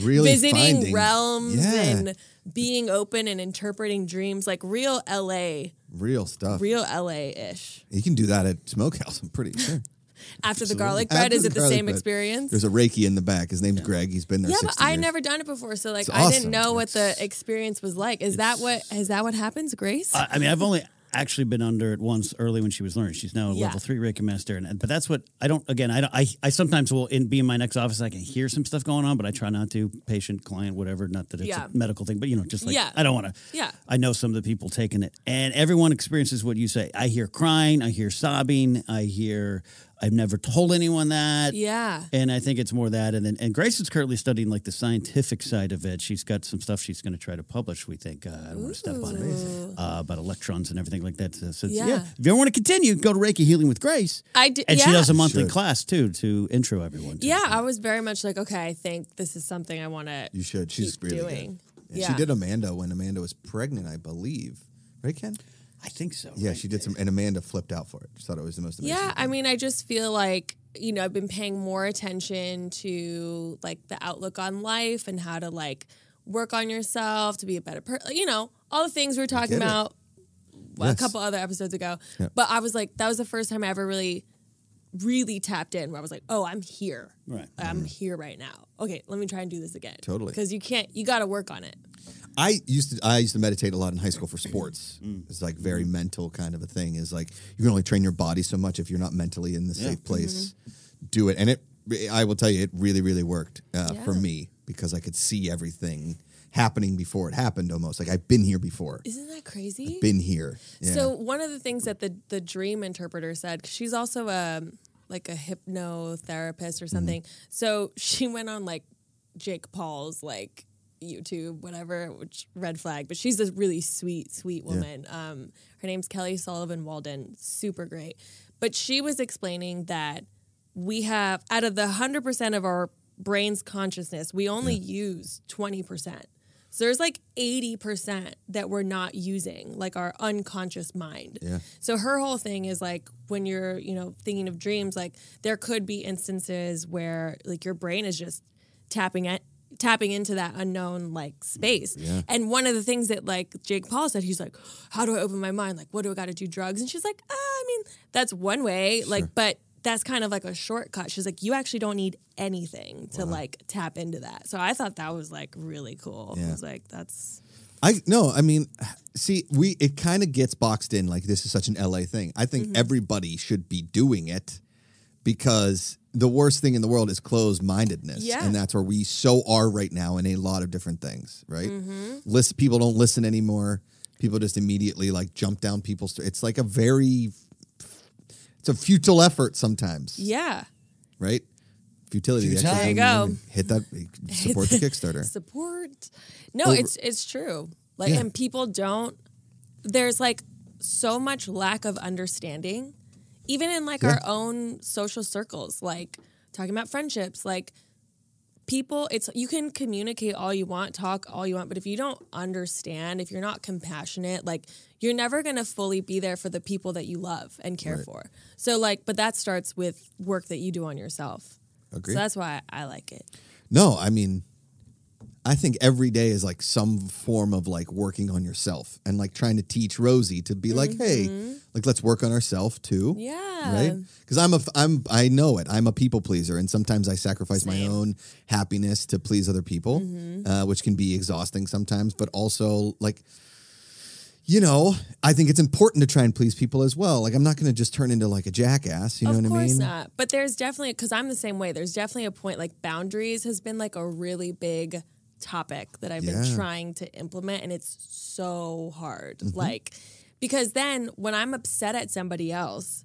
Speaker 1: Really
Speaker 2: visiting
Speaker 1: finding-
Speaker 2: realms
Speaker 1: Yeah.
Speaker 2: and being open and interpreting dreams, like real LA,
Speaker 1: real stuff.
Speaker 2: real LA ish.
Speaker 1: You can do that at Smokehouse, I'm pretty sure.
Speaker 2: After the garlic
Speaker 1: After
Speaker 2: bread, is it the
Speaker 1: garlic
Speaker 2: same
Speaker 1: bread.
Speaker 2: experience?
Speaker 1: There's a Reiki in the back. His name's Greg. He's been there
Speaker 2: yeah, but
Speaker 1: 60
Speaker 2: I
Speaker 1: years.
Speaker 2: never done it before, so like
Speaker 1: It's
Speaker 2: I
Speaker 1: awesome.
Speaker 2: didn't know what the experience was like. Is that what is that what happens, Grace?
Speaker 3: I, I mean, I've only actually been under it once early when she was learning. She's now a
Speaker 2: Yeah.
Speaker 3: level three Reiki master, and but that's what I don't. Again, I don't, I, I sometimes will in, be in my next office. I can hear some stuff going on, but I try not to. Patient, client, whatever. Not that it's
Speaker 2: Yeah.
Speaker 3: a medical thing, but you know, just like
Speaker 2: Yeah.
Speaker 3: I don't want to.
Speaker 2: Yeah.
Speaker 3: I know some of the people taking it, and everyone experiences what you say. I hear crying, I hear sobbing, I hear. I've never told anyone that.
Speaker 2: yeah.
Speaker 3: And I think it's more that, and then and Grace is currently studying like the scientific side of it. She's got some stuff she's going to try to publish. We think uh, I don't want to step on it uh, about electrons and everything like that. So, so it's- yeah.
Speaker 2: Yeah.
Speaker 3: if you ever want to continue, go to Reiki Healing with Grace.
Speaker 2: I d-
Speaker 3: and she
Speaker 2: yeah.
Speaker 3: does a monthly
Speaker 1: Should.
Speaker 3: class too to intro everyone. To.
Speaker 2: Yeah, I was very much like, okay, I think this is something I want to.
Speaker 1: You should. She's
Speaker 2: keep
Speaker 1: really
Speaker 2: doing.
Speaker 1: good. Yeah, She
Speaker 2: Yeah.
Speaker 1: did Amanda when Amanda was pregnant, I believe. Right, Ken?
Speaker 3: I think so.
Speaker 1: Yeah,
Speaker 3: right?
Speaker 1: she did some, and Amanda flipped out for it. She thought it was the most amazing.
Speaker 2: Yeah,
Speaker 1: thing.
Speaker 2: I mean, I just feel like you know I've been paying more attention to like the outlook on life and how to like work on yourself to be a better person. You know, all the things we were talking
Speaker 1: get it.
Speaker 2: about
Speaker 1: Yes.
Speaker 2: a couple other episodes ago.
Speaker 1: Yeah.
Speaker 2: But I was like, that was the first time I ever really, really tapped in where I was like, oh, I'm here.
Speaker 3: Right.
Speaker 2: I'm here right now. Okay, let me try and do this again.
Speaker 1: Mm-hmm. Totally.
Speaker 2: Because you can't. You got to work on it.
Speaker 1: I used to I used to meditate a lot in high school for sports. It's like very mental kind of a thing. Is like you can only train your body so much if you're not mentally in the
Speaker 3: Yeah.
Speaker 1: safe place. Do it, and it. I will tell you, it really, really worked uh, for
Speaker 2: Yeah.
Speaker 1: me because I could see everything happening before it happened. Almost like I've been here before,
Speaker 2: Isn't that crazy?
Speaker 1: been here. Yeah.
Speaker 2: So one of the things that the the dream interpreter said, 'cause she's also a like a hypnotherapist or something. So she went on like Jake Paul's like YouTube, whatever, which red flag. But she's a really sweet, sweet woman. Um, her name's Kelly Sullivan Walden, super great. But she was explaining that we have out of the hundred percent of our brain's consciousness, we only use twenty percent. So there's like eighty percent that we're not using, like our unconscious mind.
Speaker 1: Yeah.
Speaker 2: So her whole thing is like when you're, you know, thinking of dreams, like there could be instances where like your brain is just tapping at tapping into that unknown like space. And one of the things that like Jake Paul said, he's like, How do I open my mind? Like, what do I gotta do? Drugs? And she's like, ah, I mean, that's one way. Like, but that's kind of like a shortcut. She's like, you actually don't need anything to like tap into that. So I thought that was like really cool.
Speaker 1: Yeah.
Speaker 2: I was like, that's
Speaker 1: I no, I mean, see, we it kind of gets boxed in like this is such an LA thing. I
Speaker 2: Mm-hmm.
Speaker 1: think everybody should be doing it because the worst thing in the world is closed mindedness,
Speaker 2: Yeah.
Speaker 1: and that's where we so are right now in a lot of different things. Right,
Speaker 2: Mm-hmm.
Speaker 1: list people don't listen anymore. People just immediately like jump down people's. It's like a very, it's a futile effort sometimes.
Speaker 2: yeah.
Speaker 1: Right, futility. the
Speaker 3: Futile.
Speaker 2: There you
Speaker 1: exorcism,
Speaker 2: go.
Speaker 1: Hit that. Support the Kickstarter.
Speaker 2: support. No,
Speaker 1: Over-
Speaker 2: it's it's true. Like
Speaker 1: Yeah.
Speaker 2: and people don't there's like so much lack of understanding even in like our own social circles like talking about friendships like people it's you can communicate all you want talk all you want but if you don't understand if you're not compassionate like you're never going to fully be there for the people that you love and care for so like but that starts with work that you do on yourself
Speaker 1: Agree.
Speaker 2: so that's why i like it
Speaker 1: No, I mean, I think every day is like some form of like working on yourself and like trying to teach Rosie to be like, hey, like let's work on ourselves too.
Speaker 2: Mm-hmm. yeah
Speaker 1: Right? Because I'm a, f- I'm, I know it. I'm a people pleaser, and sometimes I sacrifice my
Speaker 2: Same. Mm-hmm.
Speaker 1: own happiness to please other people, uh, which can be exhausting sometimes. But also, like, you know, I think it's important to try and please people as well. Like, I'm not going to just turn into like a jackass. You know
Speaker 2: of
Speaker 1: what I
Speaker 2: course
Speaker 1: mean?
Speaker 2: not. But there's definitely because I'm the same way. There's definitely a point like boundaries has been like a really big topic that I've
Speaker 1: Yeah. Mm-hmm.
Speaker 2: been trying to implement, and it's so hard. Like Because then when I'm upset at somebody else,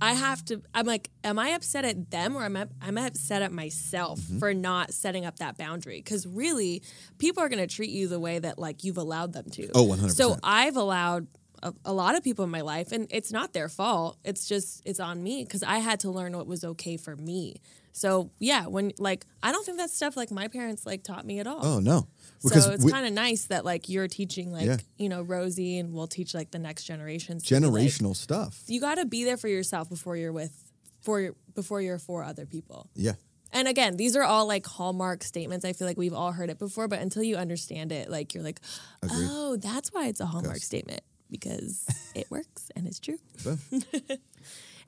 Speaker 2: I have to, I'm like, am I upset at them or am I, am I upset at myself
Speaker 1: Mm-hmm.
Speaker 2: for not setting up that boundary? Because really, people are going to treat you the way that like you've allowed them to.
Speaker 1: Oh, 100%.
Speaker 2: So I've allowed a, a lot of people in my life, and it's not their fault. It's just, it's on me because I had to learn what was okay for me. So yeah, when like, I don't think that stuff like my parents like taught me at all
Speaker 1: Oh no,
Speaker 2: so it's
Speaker 1: we-
Speaker 2: kind of nice that like you're teaching like
Speaker 1: Yeah.
Speaker 2: you know Rosie and we'll teach like the next generations. to be, like,
Speaker 1: generational stuff.
Speaker 2: you got to be there for yourself before you're with for your, before you're for other people.
Speaker 1: Yeah,
Speaker 2: And again, these are all like hallmark statements. I feel like we've all heard it before, but until you understand it, like you're like,
Speaker 1: Agreed.
Speaker 2: oh, that's why it's a hallmark
Speaker 1: Yes.
Speaker 2: statement because it works and it's true.
Speaker 1: Boom.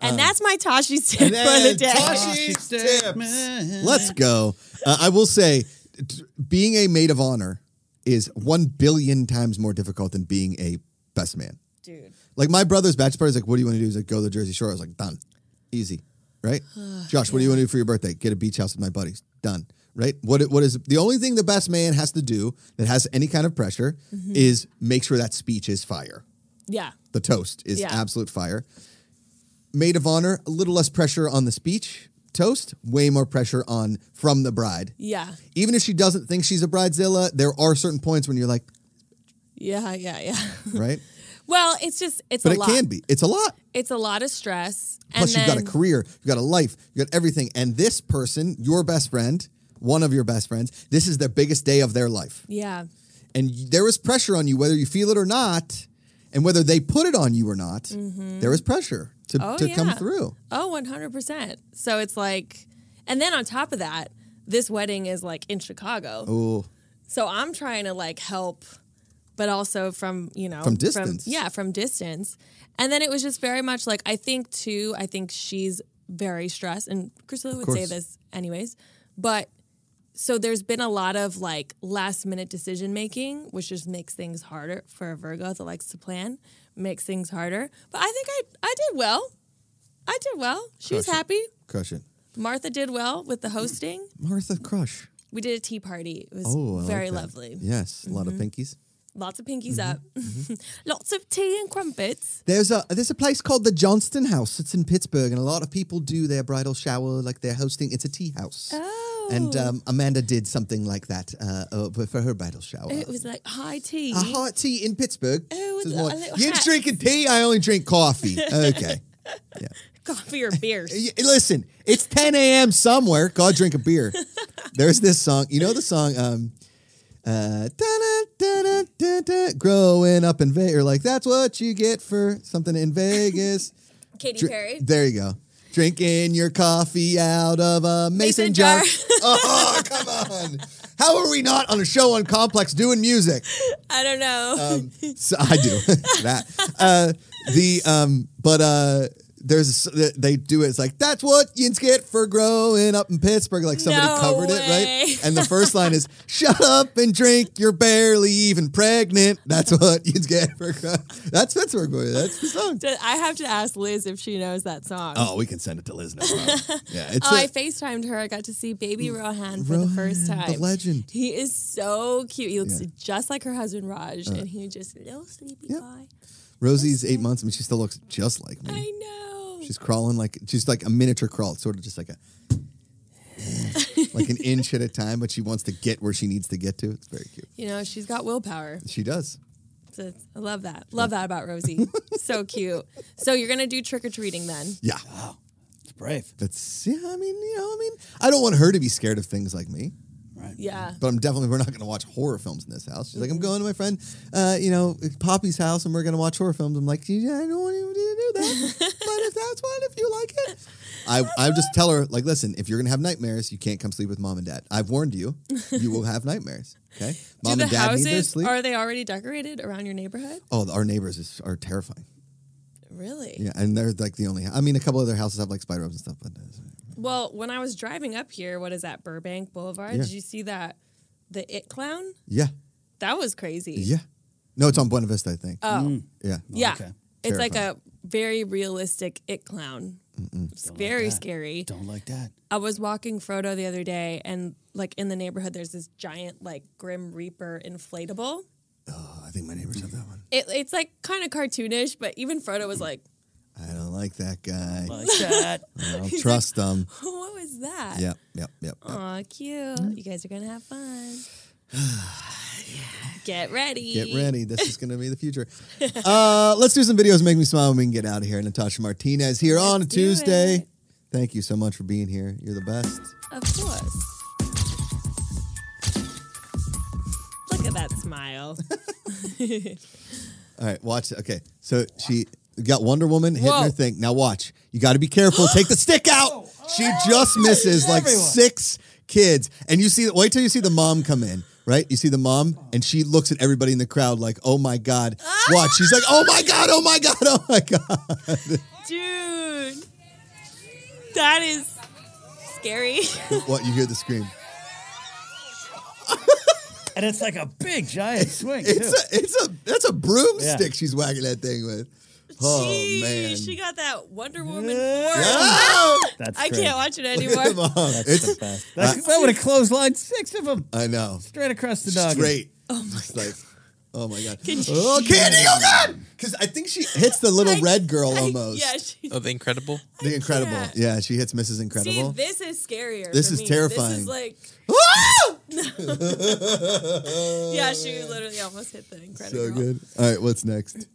Speaker 2: and that's my Tashi tip for the
Speaker 1: And
Speaker 2: day.
Speaker 1: Toshi's tips.
Speaker 3: Statement.
Speaker 1: Let's go. Uh, I will say, t- being a maid of honor is one billion times more difficult than being a best man.
Speaker 2: Dude,
Speaker 1: Like my brother's bachelor party is like, what do you want to do? He's like, go to the Jersey Shore. I was like, done, easy, right? Josh, what do you want to do for your birthday? Get a beach house with my buddies. Done, right? What what is the only thing the best man has to do that has any kind of pressure is make sure that speech is fire.
Speaker 2: yeah,
Speaker 1: The toast is
Speaker 2: Yeah.
Speaker 1: absolute fire. Maid of honor, a little less pressure on the speech. Toast, way more pressure on from the bride.
Speaker 2: yeah,
Speaker 1: Even if she doesn't think she's a bridezilla, there are certain points when you're like,
Speaker 2: yeah, yeah, yeah.
Speaker 1: right?
Speaker 2: well, it's just it's
Speaker 1: but
Speaker 2: a
Speaker 1: it
Speaker 2: lot.
Speaker 1: can be. It's a lot.
Speaker 2: It's a lot of stress.
Speaker 1: Plus,
Speaker 2: and
Speaker 1: you've got
Speaker 2: then-
Speaker 1: a career, you've got a life, you've got everything. And this person, your best friend, one of your best friends, this is the biggest day of their life.
Speaker 2: Yeah.
Speaker 1: And y- there is pressure on you, whether you feel it or not, and whether they put it on you or not, there is pressure to,
Speaker 2: Mm-hmm. Oh,
Speaker 1: to come
Speaker 2: yeah.
Speaker 1: through.
Speaker 2: Oh, 100%. So it's like, and then on top of that, this wedding is like in Chicago.
Speaker 1: Ooh.
Speaker 2: So I'm trying to like help, but also from, you know,
Speaker 1: From distance.
Speaker 2: yeah, from distance. And then it was just very much like, I think too, I think she's very stressed. And Priscilla would say
Speaker 1: course.
Speaker 2: this anyways, but so there's been a lot of like last minute decision making, which just makes things harder for a Virgo that likes to plan, makes things harder. But I think I, I did well. I did well. She was
Speaker 1: Crush it.
Speaker 2: happy.
Speaker 1: Crush it.
Speaker 2: Martha did well with the hosting.
Speaker 1: Martha Crush.
Speaker 2: We did a tea party. It was
Speaker 1: Oh, I like
Speaker 2: very
Speaker 1: that. Mm-hmm.
Speaker 2: lovely. Mm-hmm.
Speaker 1: Yes, a lot of pinkies.
Speaker 2: Lots of pinkies up. Lots of tea and crumpets.
Speaker 1: There's a there's a place called the Johnston House. It's in Pittsburgh, and a lot of people do their bridal shower like they're hosting. It's a tea house.
Speaker 2: Oh.
Speaker 1: And um, Amanda did something like that uh, uh, for- for her bridal shower.
Speaker 2: It was like high tea.
Speaker 1: a hot tea in Pittsburgh.
Speaker 2: Oh, with
Speaker 1: Says
Speaker 2: a
Speaker 1: Molly,
Speaker 2: little
Speaker 1: You're
Speaker 2: hat."
Speaker 1: drinking tea. I only drink coffee. Okay.
Speaker 2: Coffee or beers.
Speaker 1: Y- Listen, it's 10 a.m. somewhere. Go drink a beer. There's this song. You know the song. Um, uh, da-da, da-da, da-da, growing up in Vegas, or like that's what you get for something in Vegas.
Speaker 2: Katy
Speaker 1: Dr-
Speaker 2: Perry.
Speaker 1: There you go. Drinking your coffee out of a mason,
Speaker 2: Mason
Speaker 1: jar.
Speaker 2: jar.
Speaker 1: oh, come on. How are we not on a show on Complex doing music?
Speaker 2: I don't know.
Speaker 1: Um, So I do that. Uh, the um, but uh, there's they do it. It's like that's what you get for growing up in Pittsburgh. Like somebody
Speaker 2: No
Speaker 1: covered it,
Speaker 2: way.
Speaker 1: right? And the first line is "Shut up and drink. You're barely even pregnant." That's what you get for. Grow-. That's Pittsburgh boy. That's the song.
Speaker 2: Do- I have to ask Liz if she knows that song.
Speaker 1: Oh, we can send it to Liz now. yeah, it's
Speaker 2: Oh,
Speaker 1: a-
Speaker 2: I FaceTimed her. I got to see baby Rohan for the first
Speaker 1: Mm, Rohan,
Speaker 2: time.
Speaker 1: the legend.
Speaker 2: He is so cute. He looks
Speaker 1: Yeah. Uh,
Speaker 2: just like her husband Raj, and he just a little sleepy guy.
Speaker 1: Rosie's eight months. I mean, she still looks just like me.
Speaker 2: I know.
Speaker 1: She's crawling like she's like a miniature crawl. It's sort of just like a like an inch at a time, but she wants to get where she needs to get to. It's very cute.
Speaker 2: you know, she's got willpower.
Speaker 1: She does.
Speaker 2: So I love that. Love that about Rosie. so cute. So you're gonna do trick or treating then?
Speaker 1: Yeah.
Speaker 3: It's brave,
Speaker 1: That's yeah, I mean, you know, I mean I don't want her to be scared of things like me.
Speaker 3: right?
Speaker 2: Yeah.
Speaker 1: But I'm definitely we're not gonna watch horror films in this house. She's like, I'm going to my friend uh, you know, Poppy's house and we're gonna watch horror films. I'm like, yeah, I don't want you to do that. but if that's fine, if you like it. I, I just tell her, like, listen, if you're gonna have nightmares, you can't come sleep with mom and dad. I've warned you, you will have nightmares. Okay.
Speaker 2: Do
Speaker 1: Mom
Speaker 2: the
Speaker 1: and dad need their
Speaker 2: houses
Speaker 1: sleep.
Speaker 2: are they already decorated around your neighborhood?
Speaker 1: Oh, our neighbors is, are terrifying.
Speaker 2: Really?
Speaker 1: Yeah, and they're like the only. I mean, a couple other houses have like spider webs and stuff, but
Speaker 2: Well, when I was driving up here, what is that Burbank Boulevard?
Speaker 1: Yeah.
Speaker 2: Did you see that the it clown?
Speaker 1: yeah,
Speaker 2: That was crazy.
Speaker 1: yeah. No, it's on Buena Vista, I think.
Speaker 2: Oh.
Speaker 1: yeah,
Speaker 2: Yeah.
Speaker 3: Okay.
Speaker 2: It's like a very realistic it clown. It's very
Speaker 3: that.
Speaker 2: scary.
Speaker 3: Don't like that.
Speaker 2: I was walking Frodo the other day and like in the neighborhood there's this giant like grim reaper inflatable.
Speaker 1: Oh, I think my neighbors have that one.
Speaker 2: It, it's like kind of cartoonish, but even Frodo was like,
Speaker 1: I don't like that guy.
Speaker 3: Like that.
Speaker 1: I don't trust them.
Speaker 2: "What was that?"
Speaker 1: Yep, yep, yep. yep.
Speaker 2: Aw, cute. You guys are gonna have fun. Get ready.
Speaker 1: Get ready. This is going to be the future. Uh, let's do some videos. Make me smile when we can get out of here. Natasha Martinez here on a
Speaker 2: do
Speaker 1: Tuesday.
Speaker 2: it.
Speaker 1: Thank you so much for being here. You're the best.
Speaker 2: Of course. Look at that smile.
Speaker 1: All right, watch. Okay, so she got Wonder Woman hitting
Speaker 2: Whoa. Oh,
Speaker 1: her thing. Now watch. You got to be careful. Take the stick out. She just misses like
Speaker 3: Everyone.
Speaker 1: six kids, and you see. Wait till you see the mom come in. Right? You see the mom, and she looks at everybody in the crowd like, "Oh my god!"
Speaker 2: Ah.
Speaker 1: Watch. She's like, "Oh my god! Oh my god! Oh my god!"
Speaker 2: Dude. That is scary.
Speaker 1: What you hear the scream?
Speaker 3: And it's like a big giant swing. too.
Speaker 1: It's a, it's a that's a broomstick she's whacking that thing with. Oh
Speaker 2: Jeez,
Speaker 1: man!
Speaker 2: she got that Wonder Woman
Speaker 3: Yeah.
Speaker 2: form.
Speaker 1: Oh!
Speaker 3: That's
Speaker 2: I
Speaker 3: great.
Speaker 2: can't watch it
Speaker 1: Come
Speaker 2: anymore.
Speaker 1: on.
Speaker 3: That's so
Speaker 1: It's-
Speaker 3: fast. That, that would have clotheslined six of them
Speaker 1: I know.
Speaker 3: straight across the dog.
Speaker 1: Straight. Oh my god. Like, oh my god. oh, Candy, oh god! Because I think she hits the little
Speaker 2: I-
Speaker 1: red girl
Speaker 2: I-
Speaker 1: almost.
Speaker 2: yeah, she,
Speaker 4: Oh, the Incredible.
Speaker 1: the Incredible.
Speaker 2: can't.
Speaker 1: Yeah, she hits Mrs.
Speaker 2: see,
Speaker 1: Incredible.
Speaker 2: this is scarier.
Speaker 1: This
Speaker 2: for
Speaker 1: is
Speaker 2: me. This
Speaker 1: terrifying.
Speaker 2: is like,
Speaker 1: Ah!
Speaker 2: yeah, she literally almost hit the incredible.
Speaker 1: so good. All right, what's next?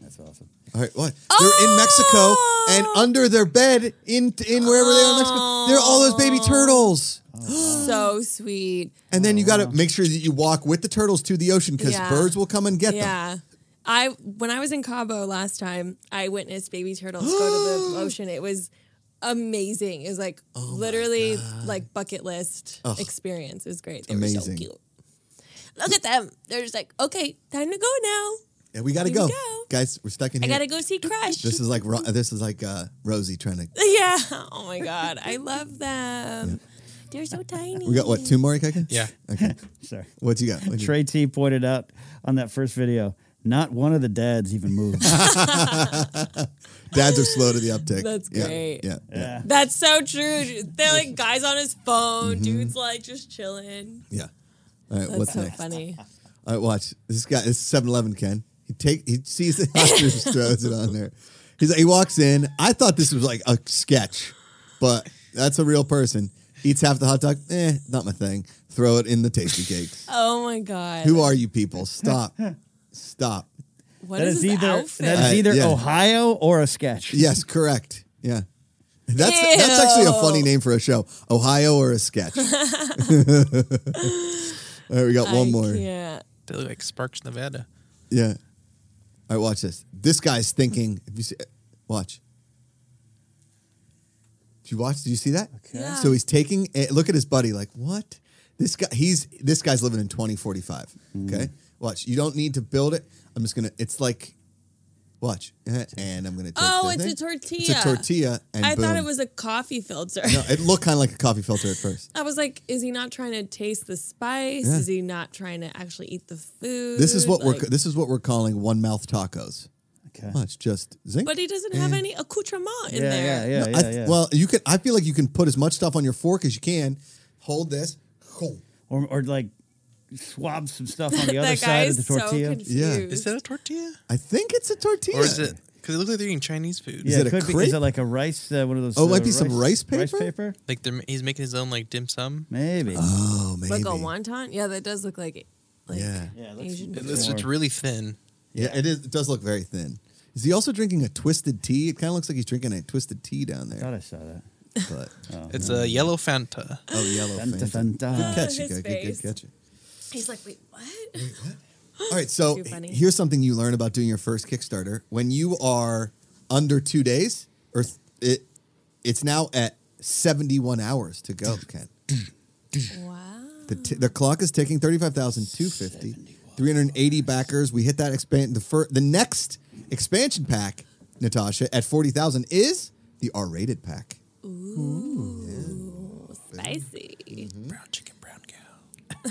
Speaker 3: That's awesome.
Speaker 1: All right, what? They're in Mexico and
Speaker 2: Oh!
Speaker 1: under their bed in in wherever they are in Mexico, they're all those baby turtles.
Speaker 2: So sweet.
Speaker 1: And then you got to make sure that you walk with the turtles to the ocean because
Speaker 2: Oh. Yeah.
Speaker 1: birds will come and get them.
Speaker 2: Yeah. I when I was in Cabo last time, I witnessed baby turtles go to the ocean. It was amazing. It was like
Speaker 1: Oh
Speaker 2: literally like bucket list experience. It was great. They were so
Speaker 1: Amazing.
Speaker 2: cute. Look at them. They're just like, okay, time to go now.
Speaker 1: And we got to
Speaker 2: Here
Speaker 1: go.
Speaker 2: we go.
Speaker 1: guys. We're stuck in
Speaker 2: I
Speaker 1: here.
Speaker 2: gotta go see Crush.
Speaker 1: This is like Ro- this is like uh, Rosie trying to.
Speaker 2: yeah. Oh my god, I love them. They're so tiny.
Speaker 1: We got what two more? Kaka?
Speaker 4: Yeah.
Speaker 1: Okay.
Speaker 3: Sorry.
Speaker 1: What you got? What'd you-
Speaker 3: Trey T pointed out on that first video, not one of the dads even moved.
Speaker 1: Dads are slow to the uptick.
Speaker 2: That's
Speaker 1: Yeah,
Speaker 2: great.
Speaker 1: Yeah. Yeah.
Speaker 3: yeah.
Speaker 2: That's so true. They're like guys on his phone. Dude's like just chilling.
Speaker 1: yeah. All right.
Speaker 2: That's
Speaker 1: Mm-hmm. what's
Speaker 2: so
Speaker 1: next?
Speaker 2: funny.
Speaker 1: All right. Watch this guy. This is 7-Eleven. Ken. He take. He sees the hostage, just throws it on there. He's like, he walks in. I thought this was like a sketch, but that's a real person. Eats half the hot dog. Eh, not my thing. Throw it in the tasty cakes.
Speaker 2: Oh my god.
Speaker 1: Who are you people? Stop. Stop.
Speaker 2: What
Speaker 3: That
Speaker 2: is
Speaker 3: is
Speaker 2: this
Speaker 3: either
Speaker 2: outfit?
Speaker 3: that is
Speaker 1: Uh,
Speaker 3: either
Speaker 1: yeah.
Speaker 3: Ohio or a sketch.
Speaker 1: Yes, correct. Yeah. That's that's actually a funny
Speaker 2: Ew.
Speaker 1: name for a show. Ohio or a sketch. All right, we got one
Speaker 2: I
Speaker 1: more.
Speaker 2: can't.
Speaker 4: They look like Sparks, Nevada.
Speaker 1: Yeah. All right, watch this. This guy's thinking. If you see, watch. Did you watch? Did you see that?
Speaker 3: Okay.
Speaker 2: Yeah.
Speaker 1: So he's taking. A, look at his buddy. Like what? This guy. He's this guy's living in 2045. Okay. Watch. You don't need to build it. I'm just gonna. It's like. Watch. Eh, And I'm gonna. Take
Speaker 2: Oh,
Speaker 1: the
Speaker 2: it's a
Speaker 1: thing.
Speaker 2: tortilla.
Speaker 1: It's a tortilla. And
Speaker 2: I thought
Speaker 1: boom.
Speaker 2: it was a coffee filter.
Speaker 1: No, it looked kind of like a coffee filter at first.
Speaker 2: I was like, is he not trying to taste the spice?
Speaker 1: Yeah.
Speaker 2: Is he not trying to actually eat the food?
Speaker 1: This is what
Speaker 2: Like-
Speaker 1: we're this is what we're calling one mouth tacos.
Speaker 3: Okay.
Speaker 1: Oh, it's just zinc.
Speaker 2: But he doesn't have any accoutrement in
Speaker 3: Yeah,
Speaker 2: there.
Speaker 3: yeah, yeah,
Speaker 1: I
Speaker 3: yeah,
Speaker 1: th-
Speaker 3: yeah.
Speaker 1: Well, you can. I feel like you can put as much stuff on your fork as you can. Hold this.
Speaker 3: or, or like swab some stuff on the other
Speaker 2: That guy
Speaker 3: side of
Speaker 2: is
Speaker 3: the
Speaker 2: so
Speaker 3: tortilla.
Speaker 2: confused.
Speaker 1: Yeah.
Speaker 4: Is that a tortilla?
Speaker 1: I think it's a tortilla.
Speaker 4: Or is it? Because it looks like they're eating Chinese food.
Speaker 3: yeah,
Speaker 1: it a
Speaker 3: could be.
Speaker 1: crepe?
Speaker 3: Is it like a rice? Uh, one of those.
Speaker 1: Oh, it might
Speaker 3: uh,
Speaker 1: be some rice
Speaker 3: Rice
Speaker 1: paper?
Speaker 3: paper?
Speaker 4: Like they're, he's making his own like dim sum.
Speaker 3: Maybe.
Speaker 1: Oh, maybe.
Speaker 2: Like a wonton? Yeah, that does look like it. Like
Speaker 1: Yeah.
Speaker 3: yeah, it
Speaker 2: Asian
Speaker 4: It
Speaker 2: food.
Speaker 4: looks, it's
Speaker 3: more-
Speaker 4: really thin.
Speaker 1: Yeah, it is. It does look very thin. Is he also drinking a twisted tea? It kind of looks like he's drinking a twisted tea down
Speaker 3: thought
Speaker 1: there.
Speaker 3: I saw that.
Speaker 1: But
Speaker 4: It's a yellow Fanta.
Speaker 1: oh, yellow.
Speaker 3: Fanta,
Speaker 1: Fanta.
Speaker 3: Fanta.
Speaker 1: Good catch, you
Speaker 2: His
Speaker 1: guys. Good, good
Speaker 2: face.
Speaker 1: catch.
Speaker 2: He's like, wait, what?
Speaker 1: All right, so
Speaker 2: Too funny.
Speaker 1: here's something you learn about doing your first Kickstarter. When you are under two days, or th- it, it's now at 71 hours to go, Ken.
Speaker 2: wow.
Speaker 1: The, t- the clock is ticking 35,250, 380 backers. We hit that expand the fir- the next expansion pack, Natasha, at 40,000 is the R-rated pack.
Speaker 2: Spicy.
Speaker 4: Brown chicken, brown cow.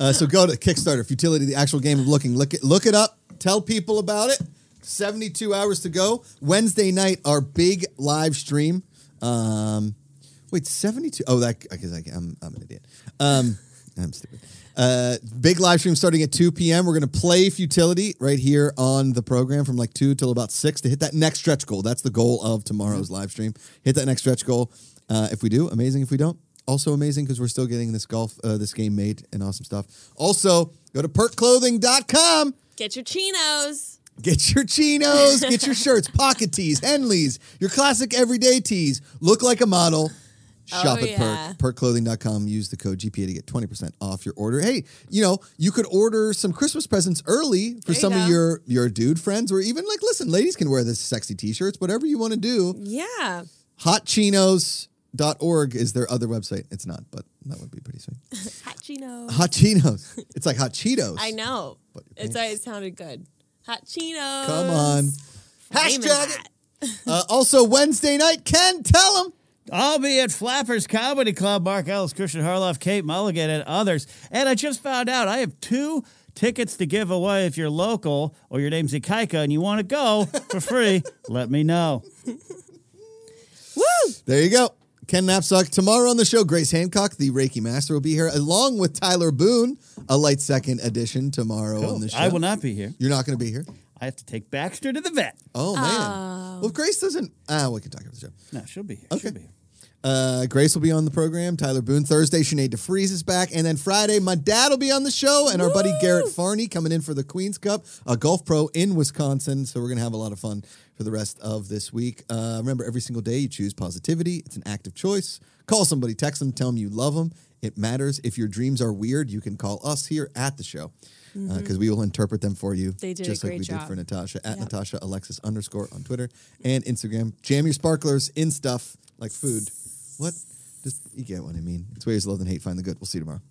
Speaker 1: Uh, so go to Kickstarter, Futility, the actual game of looking. Look it, look it up. Tell people about it. 72 hours to go. Wednesday night, our big live stream. Um, wait, 72? Oh, that, I guess I, I'm, I'm an idiot. Um, I'm stupid. Uh, big live stream starting at 2 p.m. We're going to play Futility right here on the program from like 2 till about 6 to hit that next stretch goal. That's the goal of tomorrow's live stream. Hit that next stretch goal. Uh, if we do, amazing. If we don't, also amazing because we're still getting this golf, uh, this game made and awesome stuff. Also, go to perkclothing.com.
Speaker 2: Get your chinos.
Speaker 1: Get your chinos, get your shirts, pocket tees, Henleys, your classic everyday tees. Look like a model. Shop
Speaker 2: Oh,
Speaker 1: at
Speaker 2: yeah.
Speaker 1: Perk. Perkclothing.com. Use the code GPA to get 20% off your order. Hey, you know, you could order some Christmas presents early for
Speaker 2: There you
Speaker 1: some
Speaker 2: go.
Speaker 1: of your, your dude friends, or even like, listen, ladies can wear this sexy t shirts, whatever you want to do.
Speaker 2: Yeah.
Speaker 1: Hotchinos.org is their other website. It's not, but that would be pretty sweet.
Speaker 2: Hot chinos.
Speaker 1: Hot Chinos. It's like Hot Cheetos.
Speaker 2: I know.
Speaker 1: But your
Speaker 2: It's, it sounded good. Hot chinos.
Speaker 1: Come on.
Speaker 2: Flaming
Speaker 1: Hashtag it.
Speaker 2: hot.
Speaker 1: Uh, also, Wednesday night, Ken, tell them.
Speaker 3: I'll be at Flappers Comedy Club, Mark Ellis, Christian Harloff, Kate Mulligan, and others. And I just found out I have two tickets to give away if you're local or your name's Ikaika and you want to go for free, let me know.
Speaker 1: There you go. Ken Knapsack. Tomorrow on the show, Grace Hancock, the Reiki Master, will be here along with Tyler Boone, a light second edition tomorrow on the show.
Speaker 3: I will not be here.
Speaker 1: You're not going to be here.
Speaker 3: I have to take Baxter to the vet.
Speaker 1: Oh man. Well, if Grace doesn't. Ah, we can talk about the show.
Speaker 3: No, she'll be here.
Speaker 1: Okay.
Speaker 3: She'll be here.
Speaker 1: Uh, Grace will be on the program. Tyler Boone Thursday. Sinead DeFries is back, and then Friday, my dad will be on the show, and our buddy Garrett Farney coming in for the Queens Cup, a golf pro in Wisconsin. So we're gonna have a lot of fun for the rest of this week. Uh, remember, every single day you choose positivity. It's an active choice. Call somebody, text them, tell them you love them. It matters. If your dreams are weird, you can call us here at the show because we will interpret them for you.
Speaker 2: Mm-hmm. They did a
Speaker 1: just like
Speaker 2: great
Speaker 1: we did
Speaker 2: job.
Speaker 1: for Natasha at Natasha Alexis underscore on Twitter and Instagram. Jam your sparklers in stuff like food. What? Just you get what I mean. It's ways of love and hate. Find the good. We'll see you tomorrow.